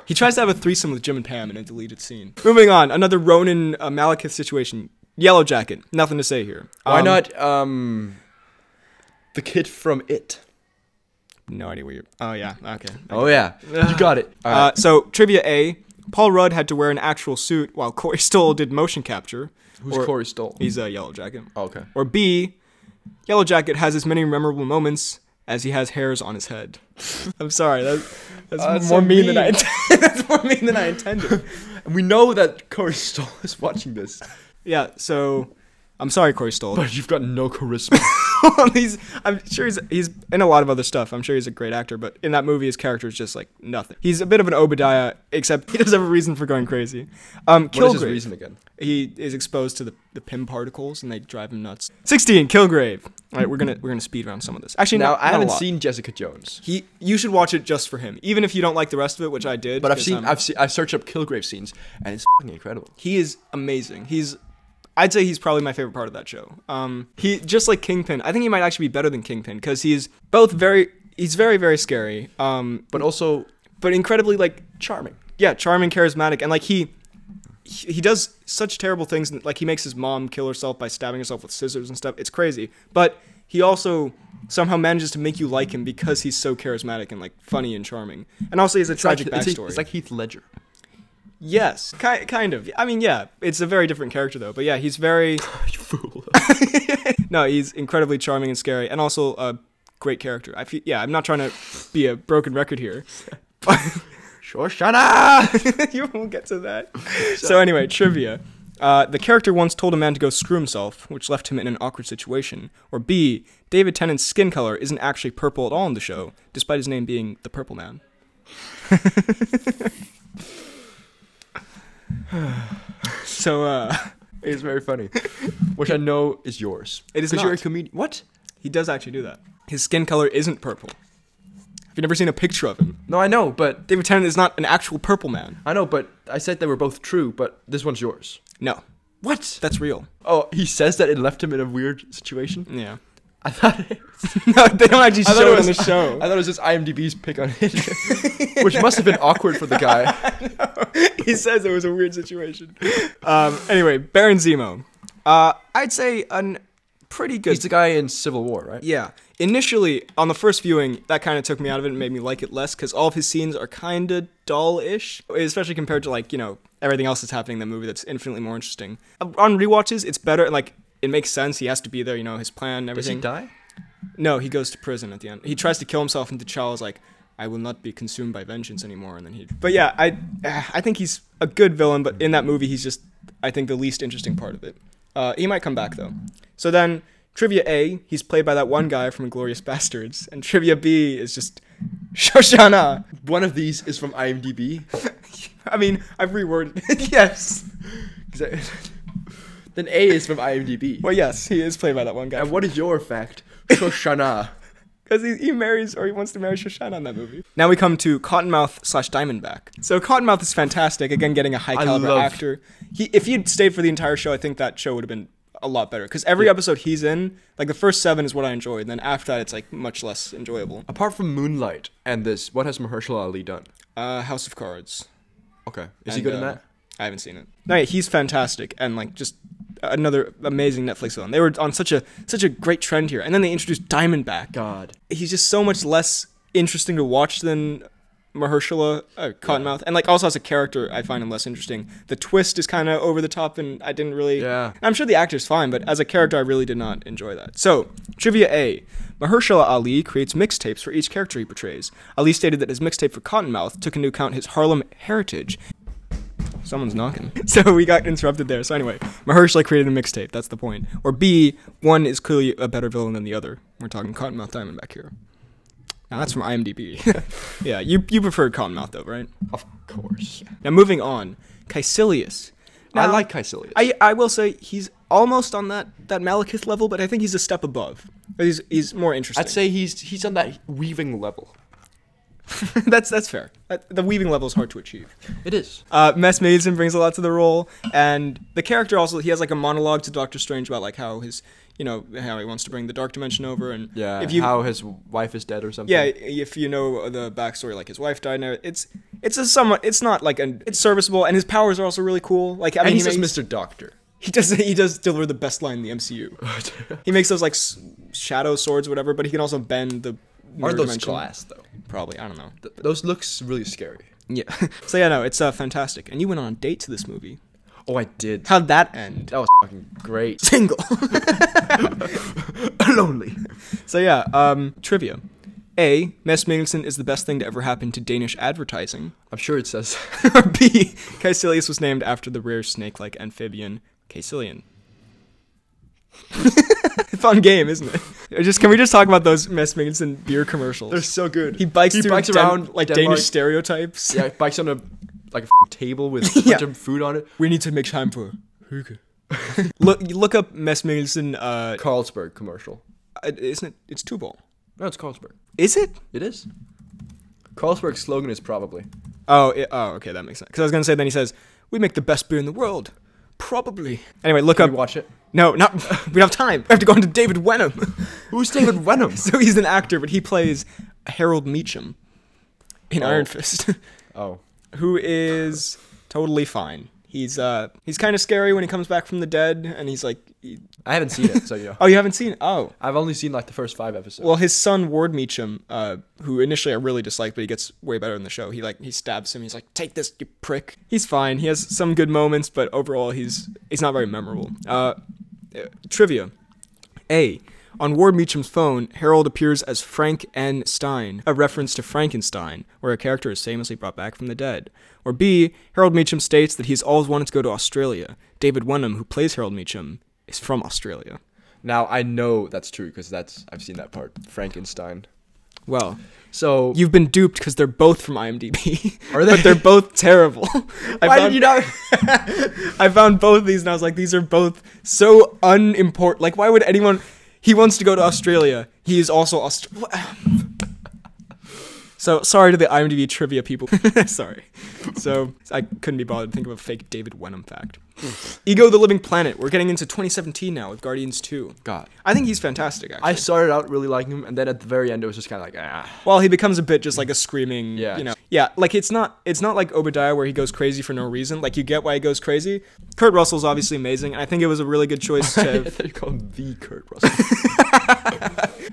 [SPEAKER 1] He tries to have a threesome with Jim and Pam in a deleted scene. Moving on, another Ronan uh, Malekith situation. Yellow Jacket, nothing to say here.
[SPEAKER 2] Why
[SPEAKER 1] Um,
[SPEAKER 2] not um the kid from It?
[SPEAKER 1] No idea where you. Oh yeah, okay.
[SPEAKER 2] Oh yeah, you got it. All right.
[SPEAKER 1] Uh, so trivia A: Paul Rudd had to wear an actual suit while Corey Stoll did motion capture.
[SPEAKER 2] Who's
[SPEAKER 1] or-
[SPEAKER 2] Corey Stoll?
[SPEAKER 1] He's a Yellow Jacket.
[SPEAKER 2] Oh, okay.
[SPEAKER 1] Or B: Yellow Jacket has as many memorable moments as he has hairs on his head. I'm sorry, that, that's
[SPEAKER 2] Uh, that's
[SPEAKER 1] more
[SPEAKER 2] so
[SPEAKER 1] mean, than I
[SPEAKER 2] mean.
[SPEAKER 1] int- that's more mean than I intended.
[SPEAKER 2] And we know that Corey Stoll is watching this,
[SPEAKER 1] yeah, so I'm sorry, Corey Stoll.
[SPEAKER 2] but you've got no charisma.
[SPEAKER 1] he's, I'm sure he's he's in a lot of other stuff. I'm sure he's a great actor, but in that movie, his character is just like nothing. He's a bit of an Obadiah, except he does have a reason for going crazy. Um,
[SPEAKER 2] what is his
[SPEAKER 1] Kilgrave.
[SPEAKER 2] reason again?
[SPEAKER 1] he is exposed to the, the Pym particles and they drive him nuts. 16, Kilgrave. All right, we're gonna we're gonna speed around some of this. Actually,
[SPEAKER 2] Now
[SPEAKER 1] not,
[SPEAKER 2] I
[SPEAKER 1] not a
[SPEAKER 2] haven't
[SPEAKER 1] lot.
[SPEAKER 2] seen Jessica Jones,
[SPEAKER 1] He, you should watch it just for him, even if you don't like the rest of it, which I did.
[SPEAKER 2] but I've
[SPEAKER 1] 'cause,
[SPEAKER 2] seen
[SPEAKER 1] um,
[SPEAKER 2] I've seen I searched up Kilgrave scenes, and it's fing incredible.
[SPEAKER 1] he is amazing. He's, I'd say he's probably my favorite part of that show. Um, he just like Kingpin. I think he might actually be better than Kingpin because he's both very, he's very very scary. Um,
[SPEAKER 2] But also
[SPEAKER 1] but incredibly like
[SPEAKER 2] charming.
[SPEAKER 1] yeah, charming, charismatic, and like he, he he does such terrible things. and, Like he makes his mom kill herself by stabbing herself with scissors and stuff. It's crazy, but he also somehow manages to make you like him because he's so charismatic and like funny and charming. And also, he has a tragic
[SPEAKER 2] it's, like-
[SPEAKER 1] backstory.
[SPEAKER 2] it's like Heath Ledger.
[SPEAKER 1] yes, ki- kind of. I mean, yeah, it's a very different character though. But yeah, he's very
[SPEAKER 2] you fool.
[SPEAKER 1] no, he's incredibly charming and scary, and also a great character. I feel, yeah, I'm not trying to be a broken record here.
[SPEAKER 2] Shoshana.
[SPEAKER 1] you won't get to that. So anyway, trivia. Uh, the character once told a man to go screw himself, which left him in an awkward situation. Or B, David Tennant's skin color isn't actually purple at all in the show, despite his name being the Purple Man. so uh,
[SPEAKER 2] It's very funny, which I know is yours.
[SPEAKER 1] It is
[SPEAKER 2] 'Cause You're a
[SPEAKER 1] not.
[SPEAKER 2] comedian. What?
[SPEAKER 1] he does actually do that. His skin color isn't purple. Have you never seen a picture of him?
[SPEAKER 2] No, I know, but
[SPEAKER 1] David Tennant is not an actual Purple Man.
[SPEAKER 2] I know, but I said they were both true, but this one's yours.
[SPEAKER 1] No,
[SPEAKER 2] What?
[SPEAKER 1] that's real.
[SPEAKER 2] Oh, he says that it left him in a weird situation.
[SPEAKER 1] Yeah.
[SPEAKER 2] I thought it,
[SPEAKER 1] no, they don't actually
[SPEAKER 2] I thought
[SPEAKER 1] show it
[SPEAKER 2] it
[SPEAKER 1] on
[SPEAKER 2] was
[SPEAKER 1] the show.
[SPEAKER 2] I thought it was just IMDb's pick on it, which must have been awkward for the guy.
[SPEAKER 1] he says it was a weird situation. Um, anyway, Baron Zemo. Uh, I'd say an pretty good.
[SPEAKER 2] He's the guy in Civil War, right?
[SPEAKER 1] yeah. Initially, on the first viewing, that kind of took me out of it and made me like it less because all of his scenes are kind of dull-ish, especially compared to like you know everything else that's happening in the movie that's infinitely more interesting. On rewatches, it's better and like it makes sense. He has to be there, you know, his plan, and
[SPEAKER 2] Does
[SPEAKER 1] everything.
[SPEAKER 2] he die?
[SPEAKER 1] No, he goes to prison at the end. He tries to kill himself, and T'Challa's like, "I will not be consumed by vengeance anymore." And then he. But yeah, I, uh, I think he's a good villain, but in that movie, he's just, I think, the least interesting part of it. Uh, he might come back though. So then, trivia A, he's played by that one guy from *Glorious Bastards*, and trivia B is just Shoshana.
[SPEAKER 2] One of these is from IMDb.
[SPEAKER 1] I mean, I've reworded. it. yes.
[SPEAKER 2] 'Cause I- then A is from IMDb.
[SPEAKER 1] Well, yes, he is played by that one guy
[SPEAKER 2] And what is your fact? Shoshana.
[SPEAKER 1] because he, he marries or he wants to marry Shoshana in that movie. Now we come to Cottonmouth slash Diamondback. So Cottonmouth is fantastic. Again, getting a high
[SPEAKER 2] I
[SPEAKER 1] caliber
[SPEAKER 2] love-
[SPEAKER 1] actor. He if he had stayed for the entire show, I think that show would have been a lot better. Because every episode he's in, like the first seven is what I enjoyed. And then after that, it's like much less enjoyable.
[SPEAKER 2] Apart from Moonlight and this, what has Mahershala Ali done?
[SPEAKER 1] Uh, House of Cards.
[SPEAKER 2] Okay, is he
[SPEAKER 1] And,
[SPEAKER 2] good in
[SPEAKER 1] uh,
[SPEAKER 2] that?
[SPEAKER 1] I haven't seen it. No, yeah, he's fantastic and like just another amazing Netflix villain. They were on such a such a great trend here, and then they introduced Diamondback.
[SPEAKER 2] God.
[SPEAKER 1] He's just so much less interesting to watch than Mahershala uh, Cottonmouth, and like also as a character, I find him less interesting. The twist is kind of over the top, and I didn't really.
[SPEAKER 2] Yeah.
[SPEAKER 1] I'm sure the actor's fine, but as a character, I really did not enjoy that. So trivia A: Mahershala Ali creates mixtapes for each character he portrays. Ali stated that his mixtape for Cottonmouth took into account his Harlem heritage Someone's knocking. So we got interrupted there. So anyway, Mahershala created a mixtape. That's the point. Or B, one is clearly a better villain than the other. We're talking Cottonmouth Diamondback here. Now that's from IMDb. yeah, you you preferred Cottonmouth though, right?
[SPEAKER 2] Of course.
[SPEAKER 1] Now moving on, Caecilius.
[SPEAKER 2] I
[SPEAKER 1] Now,
[SPEAKER 2] like Caecilius.
[SPEAKER 1] I I will say he's almost on that that Malekith level, but I think he's a step above. He's he's more interesting.
[SPEAKER 2] I'd say he's he's on that weaving level.
[SPEAKER 1] that's that's fair. That- The weaving level is hard to achieve.
[SPEAKER 2] It is.
[SPEAKER 1] Uh, Mess Mason brings a lot to the role, and the character also he has like a monologue to Doctor Strange about like how his you know how he wants to bring the dark dimension over, and
[SPEAKER 2] Yeah.
[SPEAKER 1] if you
[SPEAKER 2] how his wife is dead or something.
[SPEAKER 1] yeah if you know the backstory like his wife died. Now it's it's a somewhat it's not like an it's serviceable, and his powers are also really cool. Like I mean
[SPEAKER 2] And
[SPEAKER 1] he,
[SPEAKER 2] he's just
[SPEAKER 1] makes,
[SPEAKER 2] Mr. Doctor.
[SPEAKER 1] he does he does deliver the best line in the MCU. he makes those like s- shadow swords whatever, but he can also bend the
[SPEAKER 2] Are
[SPEAKER 1] mirror
[SPEAKER 2] those
[SPEAKER 1] dimension.
[SPEAKER 2] glass though?
[SPEAKER 1] Probably I don't know.
[SPEAKER 2] Th- those looks really scary.
[SPEAKER 1] Yeah. so yeah, no, it's uh, fantastic. And you went on a date to this movie.
[SPEAKER 2] Oh, I did.
[SPEAKER 1] How'd that end?
[SPEAKER 2] That was fucking great.
[SPEAKER 1] Single.
[SPEAKER 2] Lonely.
[SPEAKER 1] So yeah, um, trivia. A. Mess Mendelssohn is the best thing to ever happen to Danish advertising.
[SPEAKER 2] I'm sure it says.
[SPEAKER 1] Or B. Caecilius was named after the rare snake-like amphibian Caecilian. Fun game, isn't it? Just can we just talk about those Mess Mendelssohn beer commercials?
[SPEAKER 2] so good.
[SPEAKER 1] he bikes, through Den-
[SPEAKER 2] around
[SPEAKER 1] like
[SPEAKER 2] Denmark.
[SPEAKER 1] Danish stereotypes.
[SPEAKER 2] Yeah, he bikes on a like a f- table with a bunch
[SPEAKER 1] Yeah.
[SPEAKER 2] of food on it.
[SPEAKER 1] We need to make time for hygge. look, you look up Mess Mendelssohn. Uh,
[SPEAKER 2] Carlsberg commercial.
[SPEAKER 1] isn't it? It's Tubal.
[SPEAKER 2] No, it's Carlsberg.
[SPEAKER 1] Is it?
[SPEAKER 2] It is. Carlsberg's slogan is probably.
[SPEAKER 1] Oh, it, oh, okay, that makes sense. Because I was gonna say then he says, "We make the best beer in the world, probably." Anyway, look
[SPEAKER 2] Can
[SPEAKER 1] up.
[SPEAKER 2] we watch it?
[SPEAKER 1] no, not we don't have time. We have to go into David Wenham.
[SPEAKER 2] Who's David Wenham?
[SPEAKER 1] so he's an actor, but he plays Harold Meacham in
[SPEAKER 2] Oh.
[SPEAKER 1] Iron Fist,
[SPEAKER 2] oh,
[SPEAKER 1] who is totally fine. He's uh he's kind of scary when he comes back from the dead, and he's like, he-
[SPEAKER 2] I haven't seen it, so you know.
[SPEAKER 1] "Oh, you haven't seen? Oh,
[SPEAKER 2] I've only seen like the first five episodes.
[SPEAKER 1] Well, his son Ward Meacham, uh, who initially I really disliked, but he gets way better in the show. He like he stabs him. He's like, "Take this, you prick." He's fine. He has some good moments, but overall, he's he's not very memorable. Uh, uh, trivia: A. On Ward Meacham's phone, Harold appears as Frank N. Stein, a reference to Frankenstein, where a character is famously brought back from the dead. Or B. Harold Meacham states that he's always wanted to go to Australia. David Wenham, who plays Harold Meacham, is from Australia.
[SPEAKER 2] now I know that's true because that's I've seen that part. Frankenstein.
[SPEAKER 1] Well,
[SPEAKER 2] So
[SPEAKER 1] You've been duped because they're both from IMDb.
[SPEAKER 2] Are they?
[SPEAKER 1] But they're both terrible. I,
[SPEAKER 2] why
[SPEAKER 1] found,
[SPEAKER 2] did you not?
[SPEAKER 1] I found both of these and I was like, these are both so unimportant. Like, why would anyone? He wants to go to Australia. He is also Aust. so sorry to the IMDb trivia people. sorry. So I couldn't be bothered to think of a fake David Wenham fact. Ego the Living Planet. We're getting into 2017 now with Guardians 2.
[SPEAKER 2] God,
[SPEAKER 1] I think he's fantastic. Actually.
[SPEAKER 2] I started out really liking him, and then at the very end, it was just kind of like ah.
[SPEAKER 1] Well, he becomes a bit just like a screaming,
[SPEAKER 2] Yeah.
[SPEAKER 1] you know. Yeah, like it's not it's not like Obadiah where he goes crazy for no reason. Like you get why he goes crazy. Kurt Russell's obviously amazing, and I think it was a really good choice to
[SPEAKER 2] I
[SPEAKER 1] have-
[SPEAKER 2] thought you called him the Kurt Russell.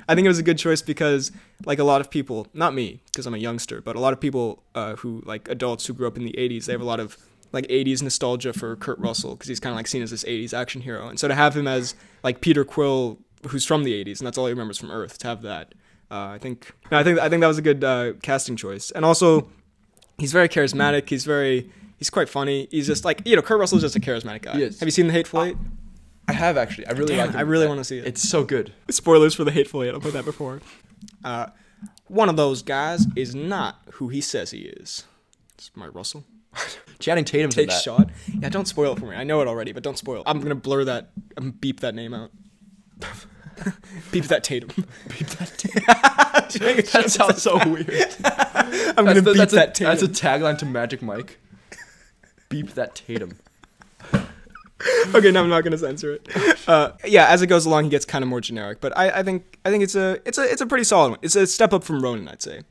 [SPEAKER 1] I think it was a good choice because like a lot of people, not me because I'm a youngster, but a lot of people uh, who like adults who grew up in the 80s, they have a lot of like 80s nostalgia for Kurt Russell because he's kind of like seen as this 80s action hero. And so to have him as like Peter Quill who's from the 80s and that's all he remembers from Earth to have that uh, I think no, I think I think that was a good uh, casting choice. And also he's very charismatic, he's very he's quite funny. He's just like, you know, Kurt Russell's just a charismatic guy.
[SPEAKER 2] He is.
[SPEAKER 1] Have you seen The Hateful Eight?
[SPEAKER 2] I have actually. I really
[SPEAKER 1] Damn,
[SPEAKER 2] like. Him.
[SPEAKER 1] I really want to see it.
[SPEAKER 2] It's so good.
[SPEAKER 1] Spoilers for the Hateful Eight. I'll put that before. Uh, one of those guys is not who he says he is. It's my Russell.
[SPEAKER 2] Channing Tatum's in
[SPEAKER 1] Take
[SPEAKER 2] that.
[SPEAKER 1] shot. Yeah, don't spoil it for me. I know it already, but don't spoil. it. I'm gonna blur that. I'm gonna beep that name out. beep that Tatum. beep that Tatum.
[SPEAKER 2] That sounds so weird.
[SPEAKER 1] I'm gonna
[SPEAKER 2] the-
[SPEAKER 1] beep
[SPEAKER 2] that's
[SPEAKER 1] that
[SPEAKER 2] a,
[SPEAKER 1] Tatum.
[SPEAKER 2] That's a tagline to Magic Mike. Beep that Tatum.
[SPEAKER 1] okay, no, I'm not gonna censor it. Uh, yeah, as it goes along, he gets kind of more generic, but I, I think I think it's a it's a it's a pretty solid one. It's a step up from Ronin, I'd say.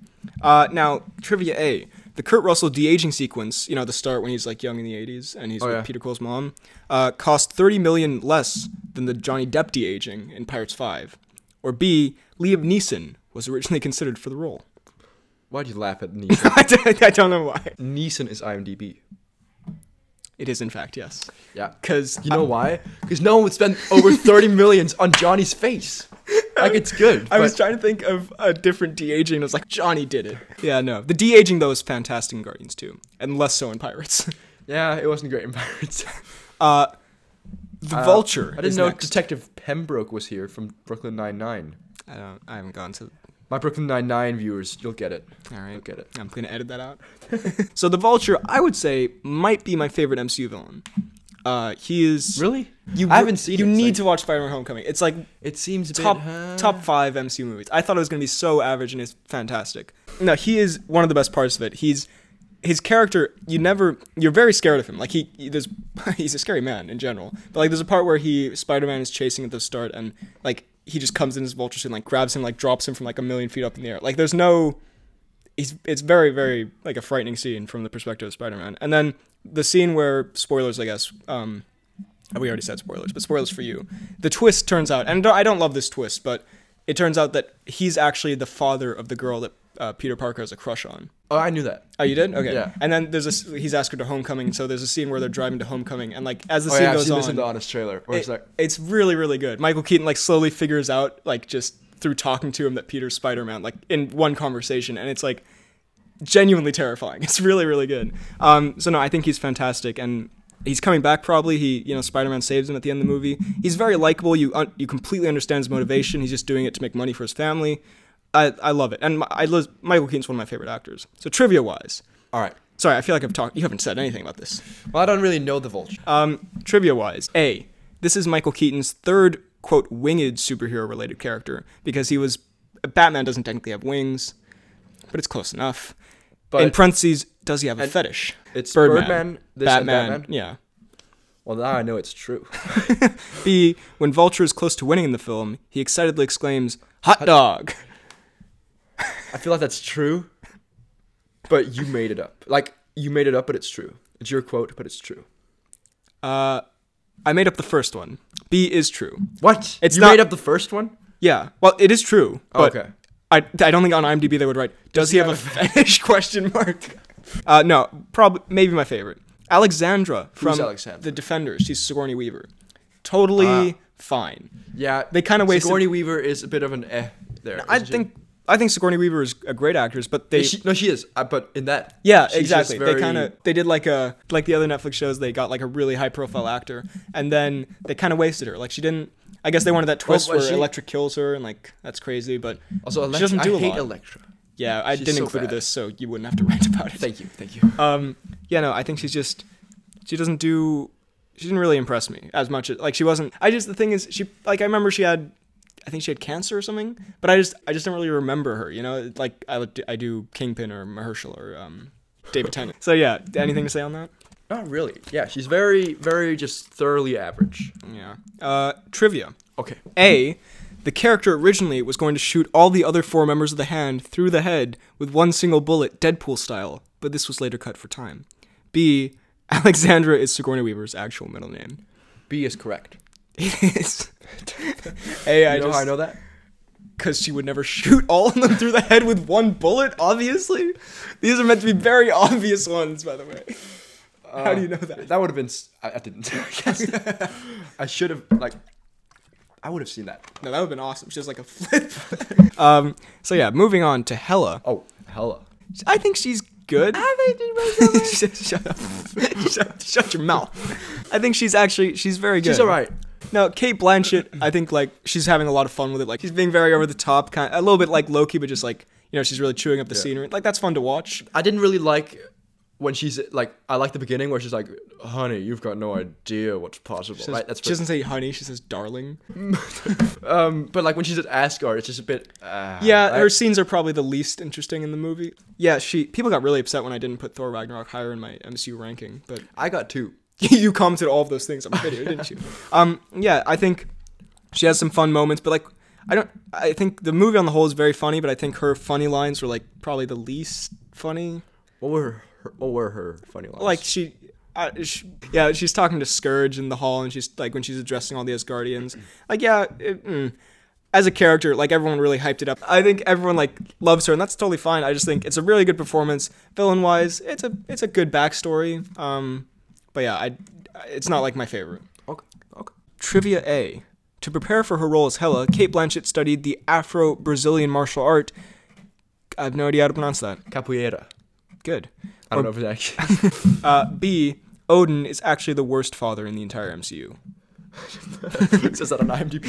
[SPEAKER 1] Uh, now trivia A: the Kurt Russell de aging sequence, you know, the start when he's like young in the 80s and he's
[SPEAKER 2] Oh,
[SPEAKER 1] with
[SPEAKER 2] yeah.
[SPEAKER 1] Peter Quill's mom, uh, cost 30 million less than the Johnny Depp de aging in Pirates 5. Or B, Liam Neeson was originally considered for the role.
[SPEAKER 2] Why do you laugh at Neeson?
[SPEAKER 1] I don't I don't know why.
[SPEAKER 2] Neeson is IMDb.
[SPEAKER 1] It is, in fact, yes.
[SPEAKER 2] Yeah.
[SPEAKER 1] Because,
[SPEAKER 2] You know why? Because no one would spend over 30 millions on Johnny's face. Like it's good.
[SPEAKER 1] I was
[SPEAKER 2] but-
[SPEAKER 1] trying to think of a different de aging. I was like, Johnny did it. Yeah, no. The de aging though is fantastic in Guardians too, and less so in Pirates.
[SPEAKER 2] yeah, it wasn't great in Pirates.
[SPEAKER 1] Uh, the
[SPEAKER 2] Uh,
[SPEAKER 1] Vulture.
[SPEAKER 2] I didn't
[SPEAKER 1] is
[SPEAKER 2] know
[SPEAKER 1] next.
[SPEAKER 2] Detective Pembroke was here from Brooklyn Nine Nine.
[SPEAKER 1] I don't. I haven't gone to.
[SPEAKER 2] My Brooklyn Nine Nine viewers, you'll get it.
[SPEAKER 1] All right.
[SPEAKER 2] You'll get it.
[SPEAKER 1] I'm gonna edit that out. so the Vulture, I would say, might be my favorite MCU villain. Uh, he is
[SPEAKER 2] Really?
[SPEAKER 1] You
[SPEAKER 2] I haven't seen
[SPEAKER 1] You
[SPEAKER 2] it, so-
[SPEAKER 1] need to watch Spider-Man: Homecoming. It's like
[SPEAKER 2] It seems a bit,
[SPEAKER 1] top
[SPEAKER 2] huh?
[SPEAKER 1] top five MCU movies. I thought it was gonna be so average, and it's fantastic. No, he is one of the best parts of it. He's his character. You never you're very scared of him. Like he, he there's he's a scary man in general. But like there's a part where he Spider-Man is chasing at the start, and like he just comes in his vulture suit, and, like grabs him, like drops him from like a million feet up in the air. Like there's no. He's, it's very very like a frightening scene from the perspective of Spider-Man, and then the scene where spoilers, I guess. Um, we already said spoilers, but spoilers for you. The twist turns out, and I don't love this twist, but it turns out that he's actually the father of the girl that uh, Peter Parker has a crush on.
[SPEAKER 2] Oh, I knew that.
[SPEAKER 1] Oh, you did? Okay.
[SPEAKER 2] Yeah.
[SPEAKER 1] And then there's a s- he's asked her to homecoming, so there's a scene where they're driving to homecoming, and like as the
[SPEAKER 2] Oh,
[SPEAKER 1] scene
[SPEAKER 2] yeah, I've
[SPEAKER 1] goes
[SPEAKER 2] seen
[SPEAKER 1] on,
[SPEAKER 2] this in the Honest trailer. Where it's
[SPEAKER 1] it-
[SPEAKER 2] like,
[SPEAKER 1] it's really really good. Michael Keaton like slowly figures out like just through talking to him that Peter's Spider Man like in one conversation, and it's like genuinely terrifying. It's really really good. Um, so no, I think he's fantastic, and he's coming back probably. He you know Spider Man saves him at the end of the movie. He's very likable. You un- you completely understand his motivation. He's just doing it to make money for his family. I, I love it, and my, I lo- Michael Keaton's one of my favorite actors. So trivia wise,
[SPEAKER 2] all right.
[SPEAKER 1] sorry, I feel like I've talked. You haven't said anything about this.
[SPEAKER 2] Well, I don't really know the Vulture.
[SPEAKER 1] Um, trivia wise, A, this is Michael Keaton's third, quote, winged superhero related character because he was. Batman doesn't technically have wings, but it's close enough.
[SPEAKER 2] But-
[SPEAKER 1] In parentheses, does he have a
[SPEAKER 2] And
[SPEAKER 1] fetish?
[SPEAKER 2] it's
[SPEAKER 1] Birdman,
[SPEAKER 2] Birdman, this and
[SPEAKER 1] Batman,
[SPEAKER 2] Batman?
[SPEAKER 1] Yeah.
[SPEAKER 2] Well, now I know it's true.
[SPEAKER 1] B, when Vulture is close to winning in the film, he excitedly exclaims, Hot dog!
[SPEAKER 2] I feel like that's true, but you made it up. Like you made it up, but it's true. It's your quote, but it's true.
[SPEAKER 1] Uh, I made up the first one. B is true.
[SPEAKER 2] What?
[SPEAKER 1] It's
[SPEAKER 2] you
[SPEAKER 1] not-
[SPEAKER 2] made up the first one.
[SPEAKER 1] Yeah. Well, it is true. But
[SPEAKER 2] okay.
[SPEAKER 1] I, I don't think on IMDb they would write. Does he have a fetish? Question mark. Uh, no, probably maybe my favorite, Alexandra from
[SPEAKER 2] Alexandra? Ah.
[SPEAKER 1] the Defenders. She's Sigourney Weaver. Totally fine.
[SPEAKER 2] Yeah,
[SPEAKER 1] They kinda wasted-
[SPEAKER 2] Sigourney Weaver is a bit of an eh there.
[SPEAKER 1] I
[SPEAKER 2] isn't she?
[SPEAKER 1] think I think Sigourney Weaver is a great actress, but they
[SPEAKER 2] Yeah, she, no, she is. Uh, but in that,
[SPEAKER 1] yeah
[SPEAKER 2] she's just
[SPEAKER 1] exactly
[SPEAKER 2] very-
[SPEAKER 1] they kind of they did like a like the other Netflix shows they got like a really high profile actor and then they kind of wasted her like she didn't. I guess they wanted that twist
[SPEAKER 2] Well,
[SPEAKER 1] where
[SPEAKER 2] she-
[SPEAKER 1] Electra kills her and like that's crazy, but
[SPEAKER 2] also Electra.
[SPEAKER 1] she doesn't do
[SPEAKER 2] I
[SPEAKER 1] a
[SPEAKER 2] hate
[SPEAKER 1] lot.
[SPEAKER 2] Electra.
[SPEAKER 1] yeah, I
[SPEAKER 2] She's
[SPEAKER 1] didn't
[SPEAKER 2] so
[SPEAKER 1] include
[SPEAKER 2] bad.
[SPEAKER 1] this so you wouldn't have to write about it.
[SPEAKER 2] Thank you, thank you.
[SPEAKER 1] Um, yeah, no, I think she's just she doesn't do she didn't really impress me as much as like she wasn't. I just the thing is she like I remember she had I think she had cancer or something, but I just I just don't really remember her. You know, like I would- I do Kingpin or Mahershala or um, David Tennant. So yeah, anything to say on that?
[SPEAKER 2] Not really. Yeah, she's very, very just thoroughly average.
[SPEAKER 1] Yeah. Uh, trivia.
[SPEAKER 2] Okay.
[SPEAKER 1] A. The character originally was going to shoot all the other four members of the hand through the head with one single bullet, Deadpool style, but this was later cut for time. B. Alexandra is Sigourney Weaver's actual middle name.
[SPEAKER 2] B is correct.
[SPEAKER 1] It is. A. I
[SPEAKER 2] you know how I
[SPEAKER 1] just
[SPEAKER 2] know that?
[SPEAKER 1] because she would never shoot all of them through the head with one bullet. Obviously, these are meant to be very obvious ones, by the way. how
[SPEAKER 2] Uh,
[SPEAKER 1] do you know that?
[SPEAKER 2] That would have been. s- I, I didn't. I guess. I should have like. I would have seen that.
[SPEAKER 1] No, that would have been awesome. She has like a flip. um. So yeah, moving on to Hella.
[SPEAKER 2] Oh, hella.
[SPEAKER 1] I think she's good.
[SPEAKER 2] I
[SPEAKER 1] shut, shut up. shut, shut your mouth. I think she's actually she's very good.
[SPEAKER 2] She's alright.
[SPEAKER 1] No, Kate Blanchett, I think like she's having a lot of fun with it. Like she's being very over the top, kind a little bit like Loki, but just like you know she's really chewing up the scenery. Like that's fun to watch.
[SPEAKER 2] I didn't really like when she's like. I like the beginning where she's like, "Honey, you've got no idea what's possible."
[SPEAKER 1] She
[SPEAKER 2] right.
[SPEAKER 1] does-
[SPEAKER 2] That's
[SPEAKER 1] she doesn't say honey, she says darling.
[SPEAKER 2] Um, but like when she's at Asgard, it's just a bit. Uh,
[SPEAKER 1] Yeah,
[SPEAKER 2] right?
[SPEAKER 1] her scenes are probably the least interesting in the movie. Yeah, she people got really upset when I didn't put Thor Ragnarok higher in my MCU ranking, but
[SPEAKER 2] I got two.
[SPEAKER 1] you commented all of those things on my video, didn't you? Um, yeah, I think she has some fun moments, but like, I don't. I think the movie on the whole is very funny, but I think her funny lines were like probably the least funny.
[SPEAKER 2] What were her, what were her funny lines?
[SPEAKER 1] like she, uh, sh yeah, she's talking to Scourge in the hall, and she's like when she's addressing all the Asgardians, like yeah, it, mm. as a character, like everyone really hyped it up. I think everyone like loves her, and that's totally fine. I just think it's a really good performance, villain wise. It's a it's a good backstory. Um, but yeah, I it's not like my favorite.
[SPEAKER 2] okay, okay.
[SPEAKER 1] Trivia A. To prepare for her role as Hela, Kate Blanchett studied the Afro Brazilian martial art. I have no idea how to pronounce that.
[SPEAKER 2] Capoeira.
[SPEAKER 1] Good.
[SPEAKER 2] I
[SPEAKER 1] Or-
[SPEAKER 2] don't know if it's actually.
[SPEAKER 1] Uh, B. Odin is actually the worst father in the entire MCU.
[SPEAKER 2] it says that on IMDb.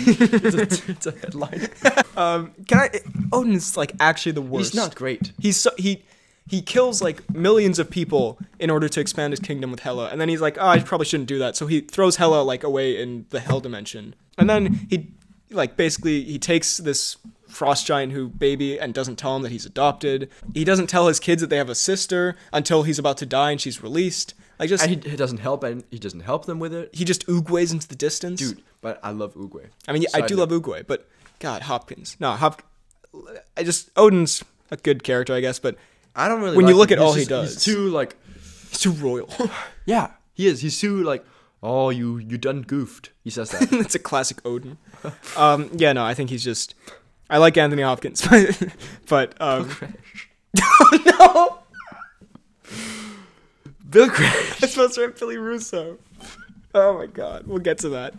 [SPEAKER 2] It's a, it's a headline.
[SPEAKER 1] Um, can I? Odin is like actually the worst.
[SPEAKER 2] He's not great.
[SPEAKER 1] He's so, he he kills like millions of people in order to expand his kingdom with Hela, and then he's like, oh, I probably shouldn't do that. So he throws Hela like away in the Hell dimension, and then he like basically he takes this frost giant who baby and doesn't tell him that he's adopted. He doesn't tell his kids that they have a sister until he's about to die and she's released. Like just.
[SPEAKER 2] And he, he doesn't help, and he doesn't help them with it,
[SPEAKER 1] he just oogways into the distance.
[SPEAKER 2] dude. But I love Uguay.
[SPEAKER 1] I mean, I
[SPEAKER 2] Side
[SPEAKER 1] do
[SPEAKER 2] note.
[SPEAKER 1] love Uguay, but God, Hopkins. No, Hop. I just Odin's a good character, I guess, but
[SPEAKER 2] I don't really.
[SPEAKER 1] When you
[SPEAKER 2] like
[SPEAKER 1] look
[SPEAKER 2] him.
[SPEAKER 1] at all
[SPEAKER 2] He's
[SPEAKER 1] he
[SPEAKER 2] just-
[SPEAKER 1] does.
[SPEAKER 2] he's too like.
[SPEAKER 1] he's too royal.
[SPEAKER 2] Yeah, he is. He's too like. Oh, you you done goofed. He says that.
[SPEAKER 1] it's a classic Odin. Um, yeah, no, I think he's just. I like Anthony Hopkins, but but um, Oh, no,
[SPEAKER 2] Bill Crash.
[SPEAKER 1] I'm supposed to rip Billy Russo. Oh my God, we'll get to that.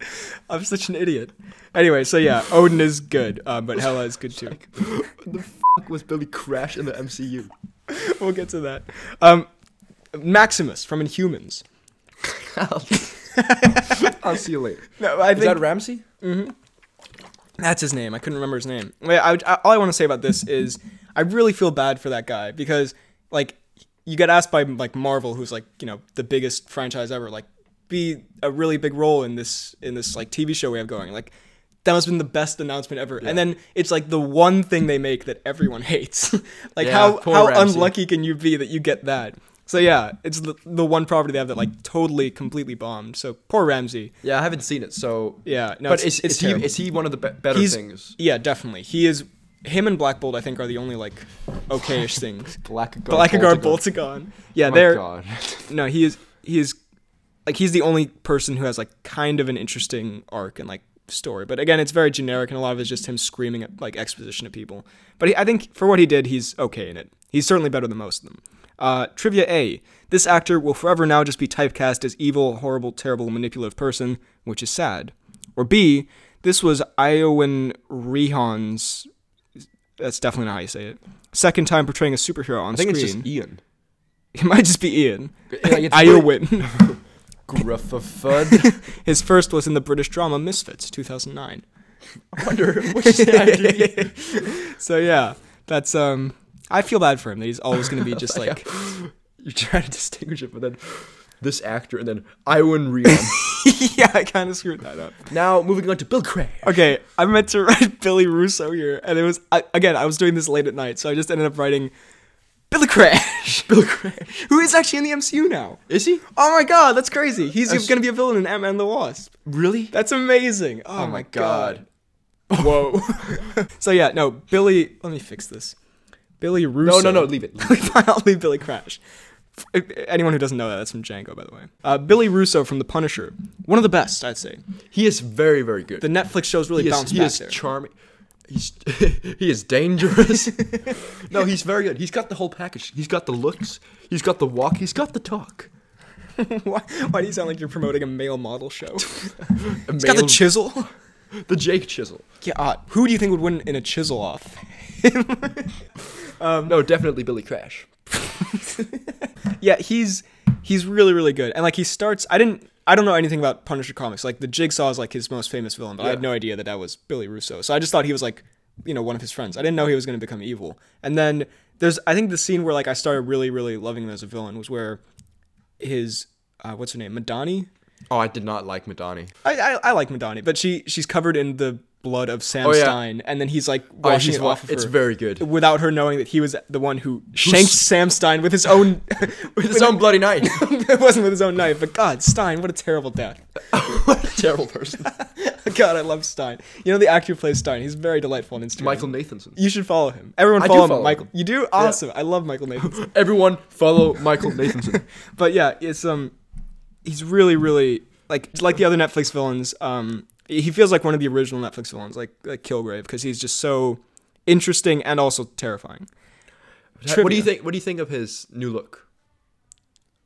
[SPEAKER 1] I'm such an idiot. Anyway, so yeah, Odin is good, uh, but Hela is good too.
[SPEAKER 2] What the f- was Billy Crash in the MCU?
[SPEAKER 1] we'll get to that. Um, Maximus from Inhumans.
[SPEAKER 2] I'll see you later.
[SPEAKER 1] No, I
[SPEAKER 2] Is that Ramsey?
[SPEAKER 1] That's his name. I couldn't remember his name. Wait, I, I, all I want to say about this is I really feel bad for that guy because like you get asked by like Marvel, who's like you know the biggest franchise ever, like be a really big role in this in this like TV show we have going. Like that must have been the best announcement ever. And then it's like the one thing they make that everyone hates. like
[SPEAKER 2] Yeah,
[SPEAKER 1] how
[SPEAKER 2] poor
[SPEAKER 1] how
[SPEAKER 2] Ramsey.
[SPEAKER 1] unlucky can you be that you get that? So yeah, it's the, the one property they have that like totally completely bombed. So poor Ramsey.
[SPEAKER 2] Yeah, I haven't seen it, so
[SPEAKER 1] Yeah, no,
[SPEAKER 2] but
[SPEAKER 1] it's-
[SPEAKER 2] is,
[SPEAKER 1] it's
[SPEAKER 2] is he
[SPEAKER 1] terrible.
[SPEAKER 2] is he one of the be- better
[SPEAKER 1] He's-
[SPEAKER 2] things?
[SPEAKER 1] Yeah, definitely. He is. Him and Black Bolt, I think, are the only like okayish things.
[SPEAKER 2] Black
[SPEAKER 1] Black Guard Boltagon. Oh Yeah, they're
[SPEAKER 2] Oh God.
[SPEAKER 1] no. He is. He is. Like he's the only person who has like kind of an interesting arc and like story. But again, it's very generic, and a lot of it's just him screaming at like exposition to people. But he, I think for what he did, he's okay in it. He's certainly better than most of them. Uh, trivia A: This actor will forever now just be typecast as evil, horrible, terrible, manipulative person, which is sad. Or B: This was Iowan Rehon's. That's definitely not how you say it. Second time portraying a superhero on
[SPEAKER 2] I think it's
[SPEAKER 1] screen.
[SPEAKER 2] just Ian.
[SPEAKER 1] It might just be Ian.
[SPEAKER 2] Like, it's pretty-
[SPEAKER 1] Iowin.
[SPEAKER 2] Gruffafud.
[SPEAKER 1] His first was in the British drama Misfits, 2009.
[SPEAKER 2] I wonder which is the IMDb.
[SPEAKER 1] So yeah, that's um. I feel bad for him that he's always going to be just like
[SPEAKER 2] You're trying to distinguish it, but then this actor and then Iwan Rion.
[SPEAKER 1] yeah. I kind of screwed that up.
[SPEAKER 2] now moving on to Bill Crash.
[SPEAKER 1] Okay, I meant to write Billy Russo here, and it was I, again I was doing this late at night, so I just ended up writing Billy Crash. Billy Crash, who is actually in the MCU now.
[SPEAKER 2] Is he
[SPEAKER 1] Oh my god, that's crazy. He's going to be a villain in Ant Man the Wasp.
[SPEAKER 2] really?
[SPEAKER 1] That's amazing. Oh,
[SPEAKER 2] Oh my god.
[SPEAKER 1] Whoa. so yeah, no, Billy. Let me fix this. Billy
[SPEAKER 2] No,
[SPEAKER 1] Russo.
[SPEAKER 2] no, no. Leave it.
[SPEAKER 1] Finally, Billy Crash. If- Anyone who doesn't know that, that's from Django, by the way. Uh, Billy Russo from The Punisher, one of the best, I'd say.
[SPEAKER 2] He is very, very good.
[SPEAKER 1] The Netflix shows really
[SPEAKER 2] he is,
[SPEAKER 1] bounce
[SPEAKER 2] he
[SPEAKER 1] back
[SPEAKER 2] is
[SPEAKER 1] there.
[SPEAKER 2] charming. He's he is dangerous. no, he's very good. He's got the whole package. He's got the looks. He's got the walk. He's got the talk.
[SPEAKER 1] why, why do you sound like you're promoting a male model show? He's
[SPEAKER 2] A
[SPEAKER 1] got the
[SPEAKER 2] male-
[SPEAKER 1] chisel.
[SPEAKER 2] the Jake chisel.
[SPEAKER 1] Yeah, uh, who do you think would win in a chisel off?
[SPEAKER 2] no, definitely Billy Crash.
[SPEAKER 1] Yeah, he's he's really really good, and like he starts. I didn't. I don't know anything about Punisher comics. Like the Jigsaw is like his most famous villain, but I had
[SPEAKER 2] Yeah.
[SPEAKER 1] no idea that that was Billy Russo. So I just thought he was like, you know, one of his friends. I didn't know he was going to become evil. And then there's, I think the scene where like I started really really loving him as a villain was where his uh, what's her name, Madani.
[SPEAKER 2] Oh, I did not like Madani.
[SPEAKER 1] I, I I like Madani, but she she's covered in the blood of Sam
[SPEAKER 2] Oh, yeah.
[SPEAKER 1] Stein, and then he's like
[SPEAKER 2] Oh,
[SPEAKER 1] washing
[SPEAKER 2] she's
[SPEAKER 1] it
[SPEAKER 2] wa-
[SPEAKER 1] off of
[SPEAKER 2] It's
[SPEAKER 1] her
[SPEAKER 2] very good.
[SPEAKER 1] without her knowing that he was the one who shanked Sam Stein with his own.
[SPEAKER 2] With his own bloody knife.
[SPEAKER 1] it wasn't with his own knife, but God, Stein, what a terrible dad.
[SPEAKER 2] what a terrible person.
[SPEAKER 1] God, I love Stein. You know the actor who plays Stein. He's very delightful on Instagram.
[SPEAKER 2] Michael Nathanson.
[SPEAKER 1] you should follow him. Everyone
[SPEAKER 2] I
[SPEAKER 1] follow
[SPEAKER 2] do
[SPEAKER 1] him.
[SPEAKER 2] follow
[SPEAKER 1] Michael,
[SPEAKER 2] him.
[SPEAKER 1] you do awesome. I love Michael Nathan.
[SPEAKER 2] Everyone follow Michael Nathanson.
[SPEAKER 1] but yeah, it's um, he's really really like like the other Netflix villains. Um, he feels like one of the original Netflix villains, like like Kilgrave, because he's just so interesting and also terrifying.
[SPEAKER 2] What do you
[SPEAKER 1] Trivia.
[SPEAKER 2] think? What do you think of his new look?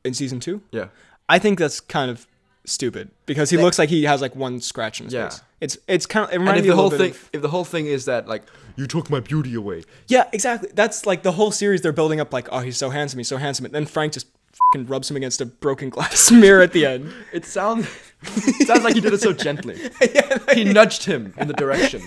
[SPEAKER 1] in season two?
[SPEAKER 2] Yeah.
[SPEAKER 1] I think that's kind of stupid because he looks like he has like one scratch in his
[SPEAKER 2] Yeah.
[SPEAKER 1] face. It's it's kind of it
[SPEAKER 2] And
[SPEAKER 1] reminds
[SPEAKER 2] if
[SPEAKER 1] me
[SPEAKER 2] the
[SPEAKER 1] a
[SPEAKER 2] whole
[SPEAKER 1] little bit
[SPEAKER 2] thing,
[SPEAKER 1] of-
[SPEAKER 2] if the whole thing is that like you took my beauty away,
[SPEAKER 1] Yeah, exactly. That's like the whole series they're building up like, oh, he's so handsome, he's so handsome. And then Frank just fucking rubs him against a broken glass mirror at the end.
[SPEAKER 2] it sounds it sounds like he did it so gently. he nudged him in the direction.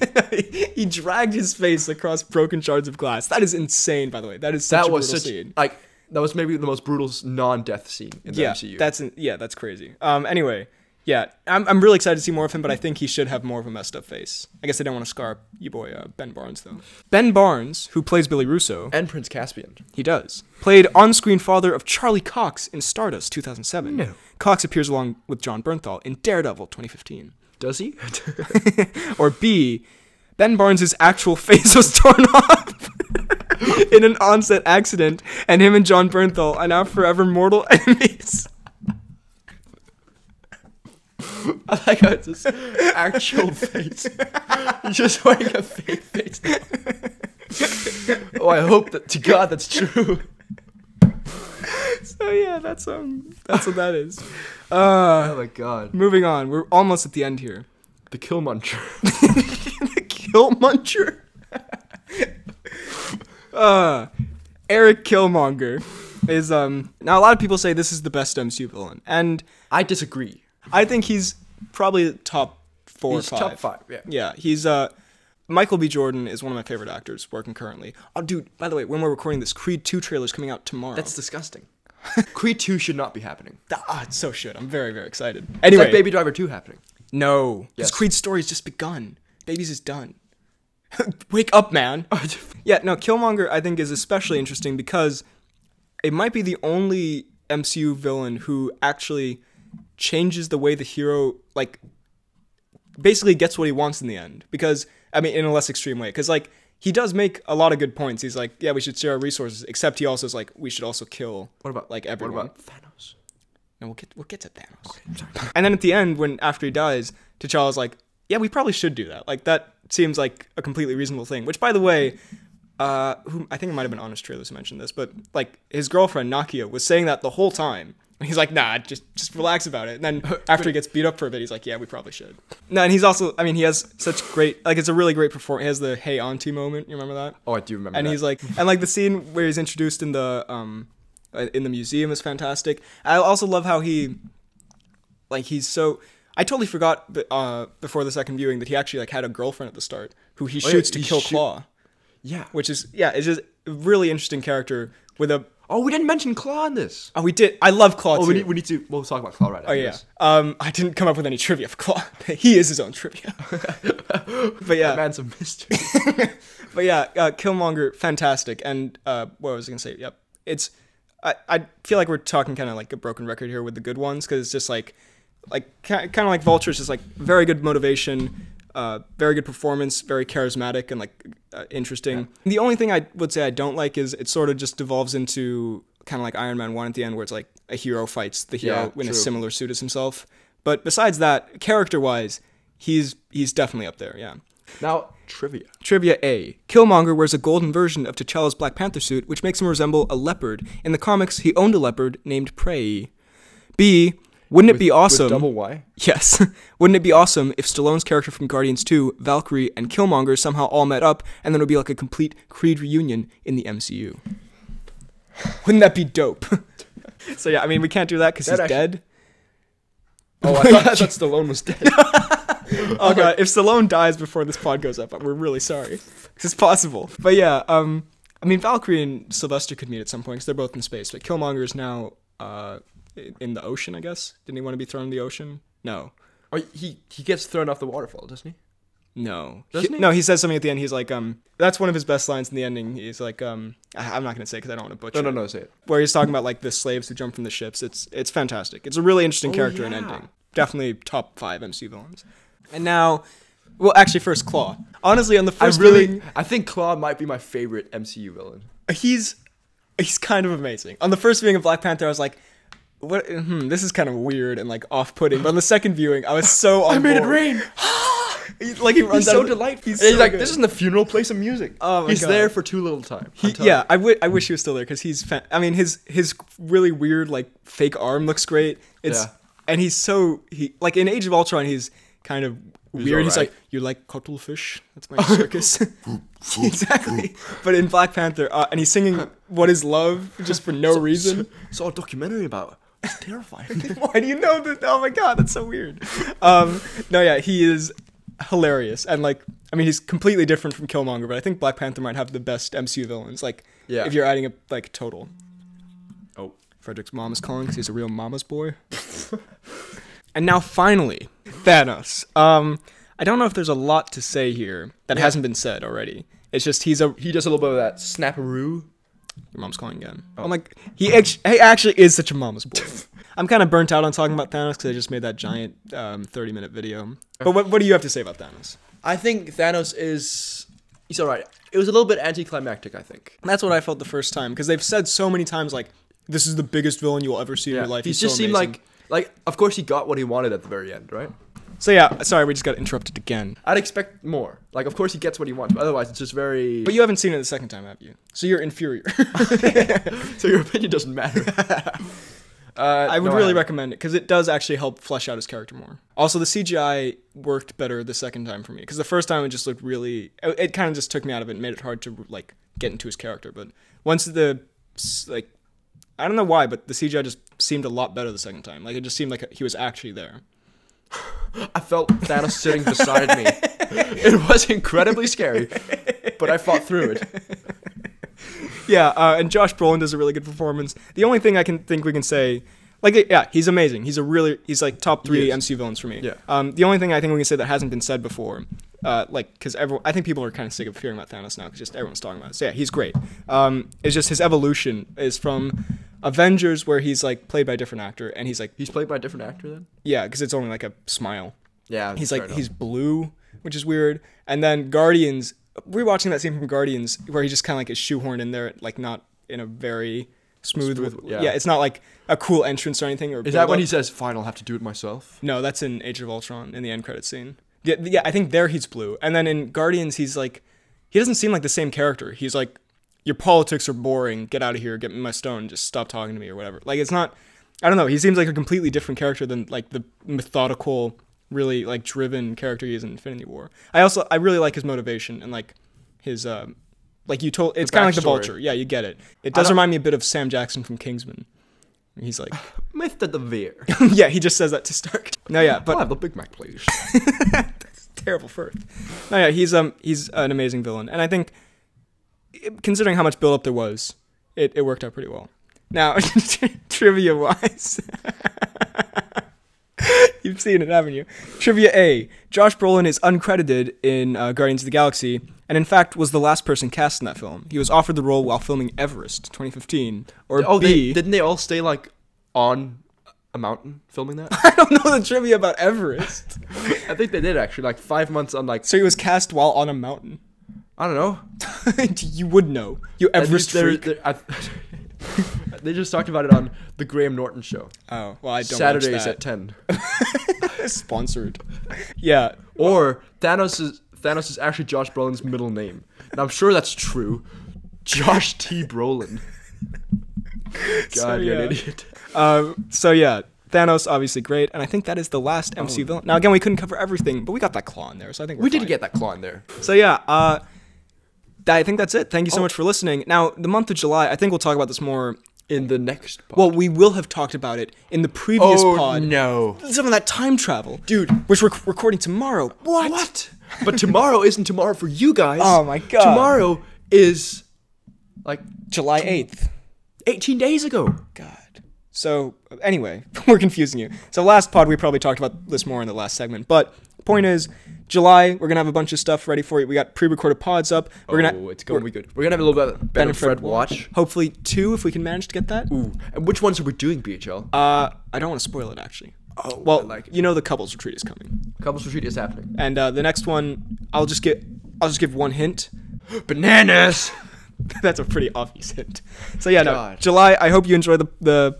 [SPEAKER 1] he dragged his face across broken shards of glass. That is insane, by the way. That is such
[SPEAKER 2] that
[SPEAKER 1] a
[SPEAKER 2] was
[SPEAKER 1] brutal
[SPEAKER 2] such
[SPEAKER 1] scene.
[SPEAKER 2] like that was maybe the most brutal s- non-death scene in the
[SPEAKER 1] yeah,
[SPEAKER 2] MCU.
[SPEAKER 1] that's in, yeah, that's crazy. Um, anyway, yeah, I'm, I'm really excited to see more of him, but I think he should have more of a messed up face. I guess they don't want to scar you boy uh, Ben Barnes though. Ben Barnes, who plays Billy Russo,
[SPEAKER 2] and Prince Caspian.
[SPEAKER 1] He does. Played on-screen father of Charlie Cox in Stardust 2007.
[SPEAKER 2] No.
[SPEAKER 1] Cox appears along with John Bernthal in Daredevil 2015.
[SPEAKER 2] Does he?
[SPEAKER 1] Or B, Ben Barnes' actual face was torn off in an onset accident, and him and John Bernthal are now forever mortal enemies.
[SPEAKER 2] I like how it's his actual face. He's just wearing a fake face. oh, I hope that to God that's true.
[SPEAKER 1] So yeah, that's um, that's what that is. Uh,
[SPEAKER 2] Oh my God,
[SPEAKER 1] moving on, we're almost at the end here.
[SPEAKER 2] the Killmonger.
[SPEAKER 1] the Killmuncher. uh, Eric Killmonger is um now a lot of people say this is the best MCU villain, and
[SPEAKER 2] I disagree.
[SPEAKER 1] I think he's probably top four
[SPEAKER 2] He's
[SPEAKER 1] or five.
[SPEAKER 2] top five. Yeah.
[SPEAKER 1] Yeah, he's uh Michael B. Jordan is one of my favorite actors working currently. Oh, dude! By the way, when we're recording this, Creed Two trailer's coming out tomorrow.
[SPEAKER 2] That's disgusting. Creed 2 should not be happening.
[SPEAKER 1] ah, it's so shit. I'm very, very excited.
[SPEAKER 2] It's
[SPEAKER 1] Anyway,
[SPEAKER 2] like Baby Driver 2 happening.
[SPEAKER 1] no,
[SPEAKER 2] Yes.
[SPEAKER 1] because Creed's story's just begun. Babies is done. Wake up, man. Yeah, no, Killmonger I think is especially interesting because it might be the only MCU villain who actually changes the way the hero like basically gets what he wants in the end. Because I mean, in a less extreme way, because like he does make a lot of good points. He's like, yeah, we should share our resources. Except he also is like, we should also kill.
[SPEAKER 2] What about
[SPEAKER 1] like everyone?
[SPEAKER 2] What about Thanos?
[SPEAKER 1] And we'll get we'll get to Thanos.
[SPEAKER 2] I'm sorry.
[SPEAKER 1] And then at the end, when after he dies, T'Challa's like, "Yeah, we probably should do that. Like that seems like a completely reasonable thing." Which, by the way, uh, who I think it might have been Honest Trailers who mentioned this, but like his girlfriend Nakia was saying that the whole time. And he's like, "Nah, just just relax about it." And then after he gets beat up for a bit, he's like, "Yeah, we probably should." No, and he's also, I mean, he has such great, like, it's a really great performance. He has the "Hey Auntie" moment. You remember that?
[SPEAKER 2] Oh, I do remember.
[SPEAKER 1] and he's like and like the scene where he's introduced in the um uh, in the museum is fantastic i also love how he like he's so i totally forgot b- uh before the second viewing that he actually like had a girlfriend at the start who he
[SPEAKER 2] Oh, yeah,
[SPEAKER 1] shoots
[SPEAKER 2] he
[SPEAKER 1] to kill
[SPEAKER 2] shoot-
[SPEAKER 1] claw
[SPEAKER 2] yeah.
[SPEAKER 1] which is yeah it's just a really interesting character with a
[SPEAKER 2] Oh, we didn't mention Claw in this.
[SPEAKER 1] oh we did i love claw
[SPEAKER 2] Oh,
[SPEAKER 1] too.
[SPEAKER 2] we need, we need to. We'll talk about Claw right after
[SPEAKER 1] Oh yeah.
[SPEAKER 2] this.
[SPEAKER 1] Um, I didn't come up with any trivia for Claw. he is his own trivia. but yeah,
[SPEAKER 2] That man's a mystery.
[SPEAKER 1] But yeah, uh, Killmonger, fantastic. And uh, what was I gonna say? Yep, it's. I, I feel like we're talking kind of like a broken record here with the good ones because it's just like, like kind of like Vulture's just like very good motivation, uh, very good performance, very charismatic and like uh, interesting. The only thing I would say I don't like is it sort of just devolves into kind of like Iron Man one at the end where it's like a hero fights the hero in
[SPEAKER 2] Yeah,
[SPEAKER 1] a
[SPEAKER 2] true.
[SPEAKER 1] similar suit as himself. But besides that, character wise, he's he's definitely up there. Yeah.
[SPEAKER 2] now trivia.
[SPEAKER 1] Trivia A. Killmonger wears a golden version of T'Challa's Black Panther suit, which makes him resemble a leopard. In the comics, he owned a leopard named Prey. B. Wouldn't it be awesome?
[SPEAKER 2] With double Y.
[SPEAKER 1] yes. Wouldn't it be awesome if Stallone's character from Guardians 2, Valkyrie, and Killmonger somehow all met up, and then it would be like a complete Creed reunion in the MCU? Wouldn't that be dope? so yeah, I mean, we can't do that because
[SPEAKER 2] That
[SPEAKER 1] he's
[SPEAKER 2] actually-
[SPEAKER 1] dead.
[SPEAKER 2] Oh, I thought, I thought Stallone was dead.
[SPEAKER 1] Oh god, if Stallone dies before this pod goes up, we're really sorry. This is possible. But yeah, um, I mean, Valkyrie and Sylvester could meet at some point because they're both in space. But Killmonger is now uh, i- in the ocean, I guess. Didn't he want to be thrown in the ocean? No,
[SPEAKER 2] oh, he he gets thrown off the waterfall, doesn't he?
[SPEAKER 1] No.
[SPEAKER 2] Doesn't
[SPEAKER 1] He-
[SPEAKER 2] he?
[SPEAKER 1] No, he says something at the end. He's like, um, that's one of his best lines in the ending. He's like, um, I- I'm not gonna say because I don't want to butcher.
[SPEAKER 2] No, no,
[SPEAKER 1] it.
[SPEAKER 2] no, say it.
[SPEAKER 1] Where he's talking about like the slaves who jump from the ships. It's it's fantastic. It's a really interesting
[SPEAKER 2] Oh,
[SPEAKER 1] character and
[SPEAKER 2] yeah.
[SPEAKER 1] ending. Definitely top five MCU villains. And now, well, actually, first Claw. Honestly, on the
[SPEAKER 2] I
[SPEAKER 1] first
[SPEAKER 2] really,
[SPEAKER 1] viewing,
[SPEAKER 2] I think Claw might be my favorite MCU villain.
[SPEAKER 1] he's he's kind of amazing. On the first viewing of Black Panther, I was like. What? Hmm, this is kind of weird and like off-putting. But on the second viewing, I was so on board.
[SPEAKER 2] rain.
[SPEAKER 1] He- like he runs
[SPEAKER 2] He's
[SPEAKER 1] out
[SPEAKER 2] so
[SPEAKER 1] of-
[SPEAKER 2] delightful. He's,
[SPEAKER 1] so
[SPEAKER 2] like,
[SPEAKER 1] good.
[SPEAKER 2] this isn't a funeral. Play some music.
[SPEAKER 1] Oh my
[SPEAKER 2] he's
[SPEAKER 1] God.
[SPEAKER 2] there for too little time.
[SPEAKER 1] He,
[SPEAKER 2] I'm telling
[SPEAKER 1] yeah, I wi- I wish he was still there because he's. Fan- I mean, his his really weird like fake arm looks great. It's
[SPEAKER 2] Yeah.
[SPEAKER 1] and he's so he like in Age of Ultron he's kind of weird. He's
[SPEAKER 2] alright.
[SPEAKER 1] like you like cuttlefish. That's my circus. exactly. but in Black Panther, uh, and he's singing "What Is Love" just for no
[SPEAKER 2] you.
[SPEAKER 1] reason.
[SPEAKER 2] S- saw a documentary about. It. It's terrifying.
[SPEAKER 1] Why do you know that? Oh my god, that's so weird. Um, no, yeah, he is hilarious, and like, I mean, he's completely different from Killmonger, but I think Black Panther might have the best MCU villains. Like,
[SPEAKER 2] Yeah.
[SPEAKER 1] if you're adding up like total.
[SPEAKER 2] oh,
[SPEAKER 1] Frederick's mom is calling because he's a real mama's boy. and now finally, Thanos. Um, I don't know if there's a lot to say here that hasn't been said already. It's just he's a
[SPEAKER 2] he does a little bit of that snapperoo.
[SPEAKER 1] your mom's calling again.
[SPEAKER 2] Oh.
[SPEAKER 1] I'm like, he act- he actually is such a mama's boy. I'm kind of burnt out on talking about Thanos because I just made that giant um, 30 minute video. But what, what do you have to say about Thanos?
[SPEAKER 2] I think Thanos is. He's all right. It was a little bit anticlimactic. I think.
[SPEAKER 1] That's what I felt the first time because they've said so many times like, this is the biggest villain you'll ever see in your life.
[SPEAKER 2] He
[SPEAKER 1] He's,
[SPEAKER 2] just
[SPEAKER 1] so
[SPEAKER 2] seemed
[SPEAKER 1] amazing."
[SPEAKER 2] like, like of course he got what he wanted at the very end, right?
[SPEAKER 1] So yeah, sorry, we just got interrupted again.
[SPEAKER 2] I'd expect more. Like, of course he gets what he wants. But otherwise, it's just very.
[SPEAKER 1] But you haven't seen it the second time, have you? So you're inferior.
[SPEAKER 2] so your opinion doesn't matter. uh,
[SPEAKER 1] I would
[SPEAKER 2] no,
[SPEAKER 1] really
[SPEAKER 2] haven't.
[SPEAKER 1] recommend it because it does actually help flesh out his character more. Also, the CGI worked better the second time for me because the first time it just looked really. It, it kind of just took me out of it, and made it hard to like get into his character. But once the s- like, I don't know why, but the CGI just seemed a lot better the second time. Like it just seemed like he was actually there.
[SPEAKER 2] I felt Thanos sitting beside me. It was incredibly scary, but I fought through it.
[SPEAKER 1] Yeah, uh, and Josh Brolin does a really good performance. The only thing I can think we can say, like, yeah, he's amazing. He's a really, he's like top three
[SPEAKER 2] is.
[SPEAKER 1] MCU villains for me.
[SPEAKER 2] Yeah.
[SPEAKER 1] Um, the only thing I think we can say that hasn't been said before, uh, like, because everyone, I think people are kind of sick of hearing about Thanos now because just everyone's talking about it. So yeah, he's great. Um, it's just his evolution is from Avengers where he's like played by a different actor, and he's like,
[SPEAKER 2] He's played by a different actor then.
[SPEAKER 1] yeah, because it's only like a smile.
[SPEAKER 2] Yeah,
[SPEAKER 1] He's
[SPEAKER 2] fair
[SPEAKER 1] like
[SPEAKER 2] enough.
[SPEAKER 1] he's blue, which is weird. And then Guardians, rewatching that scene from Guardians where he just kind of like is shoehorned in there, like not in a very smooth.
[SPEAKER 2] Smooth,
[SPEAKER 1] with, yeah.
[SPEAKER 2] yeah.
[SPEAKER 1] it's not like a cool entrance or anything. Or
[SPEAKER 2] Is that when
[SPEAKER 1] build-up.
[SPEAKER 2] he says, "Fine, I'll have to do it myself"?
[SPEAKER 1] No, that's in Age of Ultron in the end credit scene. Yeah, yeah, I think there he's blue, and then in Guardians he's like, he doesn't seem like the same character. He's like, your politics are boring. Get out of here. Get me my stone. Just stop talking to me or whatever. Like it's not. I don't know. He seems like a completely different character than like the methodical, really like driven character he is in Infinity War. I also I really like his motivation and like his um like you told it's kind of like the
[SPEAKER 2] backstory.
[SPEAKER 1] vulture. Yeah, you get it. It does
[SPEAKER 2] don't-
[SPEAKER 1] remind me a bit of Sam Jackson from Kingsman. He's like,
[SPEAKER 2] Mr. DeVere.
[SPEAKER 1] yeah, he just says that to Stark. No, yeah, but
[SPEAKER 2] I'll have the Big Mac, please.
[SPEAKER 1] terrible Firth. No, yeah, he's um he's an amazing villain, and I think it- considering how much build up there was, it, it worked out pretty well. Now, trivia wise, you've seen it, haven't you? Trivia A: Josh Brolin is uncredited in uh, Guardians of the Galaxy, and in fact was the last person cast in that film. He was offered the role while filming Everest 2015. Or
[SPEAKER 2] oh,
[SPEAKER 1] B,
[SPEAKER 2] they, didn't they all stay like on a mountain filming that?
[SPEAKER 1] I don't know the trivia about Everest.
[SPEAKER 2] I think they did actually. Like five months on like
[SPEAKER 1] so he was cast while on a mountain.
[SPEAKER 2] I don't know.
[SPEAKER 1] you would know. You
[SPEAKER 2] At
[SPEAKER 1] Everest
[SPEAKER 2] least they're-
[SPEAKER 1] freak.
[SPEAKER 2] they're- I- they just talked about it on the Graham Norton show
[SPEAKER 1] Oh well, I don't watch
[SPEAKER 2] Saturdays
[SPEAKER 1] that.
[SPEAKER 2] at ten.
[SPEAKER 1] sponsored. Yeah.
[SPEAKER 2] Or Thanos is Thanos is actually Josh Brolin's middle name. And I'm sure that's true. Josh T. Brolin. God,
[SPEAKER 1] So,
[SPEAKER 2] you're an
[SPEAKER 1] yeah.
[SPEAKER 2] idiot.
[SPEAKER 1] Um, so yeah, Thanos obviously great, and I think that is the last MCU villain. Now again, we couldn't cover everything, but we got that claw in there, so I think we're
[SPEAKER 2] We did
[SPEAKER 1] fine.
[SPEAKER 2] get that claw in there.
[SPEAKER 1] So yeah, uh, th- I think that's it. Thank you so
[SPEAKER 2] Oh.
[SPEAKER 1] much for listening. Now the month of July, I think we'll talk about this more.
[SPEAKER 2] In the next pod.
[SPEAKER 1] Well, we will have talked about it in the previous pod.
[SPEAKER 2] Oh, no.
[SPEAKER 1] Some of that time travel,
[SPEAKER 2] Dude.
[SPEAKER 1] which we're recording tomorrow.
[SPEAKER 2] What? but tomorrow isn't tomorrow for you guys.
[SPEAKER 1] Oh my God.
[SPEAKER 2] Tomorrow is like
[SPEAKER 1] July eighth.
[SPEAKER 2] 18 days ago.
[SPEAKER 1] God. So anyway, we're confusing you. So last pod we probably talked about this more in the last segment, but point is, July, we're gonna have a bunch of stuff ready for you. We got pre-recorded pods up. We're gonna
[SPEAKER 2] oh, it's going to be good. We're gonna have a little bit Ben, and Fred watch.
[SPEAKER 1] Hopefully two, if we can manage to get that.
[SPEAKER 2] Ooh, and which ones are we doing, BHL?
[SPEAKER 1] Uh, I don't want to spoil it actually.
[SPEAKER 2] Oh,
[SPEAKER 1] well,
[SPEAKER 2] I like it.
[SPEAKER 1] you know the couples retreat is coming,
[SPEAKER 2] Couples retreat is happening.
[SPEAKER 1] and uh, the next one, I'll just get, I'll just give one hint.
[SPEAKER 2] Bananas.
[SPEAKER 1] That's a pretty obvious hint. So yeah, no,
[SPEAKER 2] God.
[SPEAKER 1] July. I hope you enjoy the the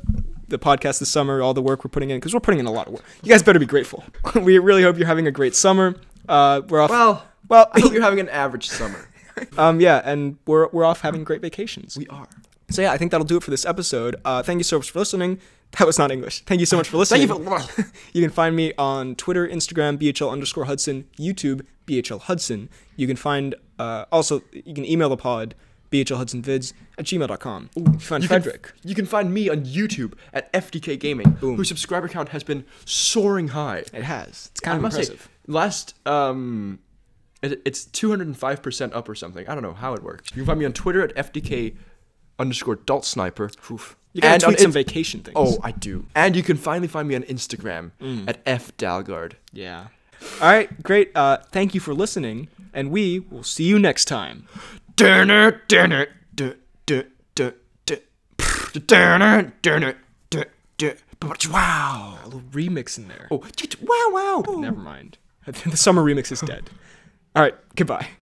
[SPEAKER 1] the podcast this summer, all the work we're putting in, because we're putting in a lot of work. You guys better be grateful. we really hope you're having a great summer. Uh, we're off.
[SPEAKER 2] Well,
[SPEAKER 1] well,
[SPEAKER 2] I hope you're having an average summer.
[SPEAKER 1] um, yeah, and we're we're off having great vacations.
[SPEAKER 2] We are.
[SPEAKER 1] So yeah, I think that'll do it for this episode. Uh, thank you so much for listening. That was not English. Thank you so much for
[SPEAKER 2] Thank
[SPEAKER 1] listening.
[SPEAKER 2] you for.
[SPEAKER 1] You can find me on Twitter, Instagram, BHL underscore Hudson, YouTube, BHL Hudson. You can find, uh, also, you can email the pod, BHL Hudson vids at gmail.com. You can find
[SPEAKER 2] You can-
[SPEAKER 1] Frederick.
[SPEAKER 2] you can find me on YouTube at FDK Gaming, whose subscriber count has been soaring high.
[SPEAKER 1] it has. It's
[SPEAKER 2] I
[SPEAKER 1] kind of
[SPEAKER 2] must say,
[SPEAKER 1] impressive.
[SPEAKER 2] last um, it, it's two hundred and five percent up or something. I don't know how it works. You can find me on Twitter at FDK underscore Dalt Sniper.
[SPEAKER 1] you gotta
[SPEAKER 2] and on
[SPEAKER 1] tweet some
[SPEAKER 2] Ins-
[SPEAKER 1] vacation things.
[SPEAKER 2] Oh, I do. And you can finally find me on Instagram at fdalgard.
[SPEAKER 1] yeah. All right, great. Uh, thank you for listening, and we will see you next time.
[SPEAKER 2] Dinner, dinner, duh, duh, duh, duh. Dinner, dinner, duh, duh. Wow.
[SPEAKER 1] A little remix in there.
[SPEAKER 2] Oh, wow, wow.
[SPEAKER 1] Never mind. the summer remix is dead. All right, goodbye.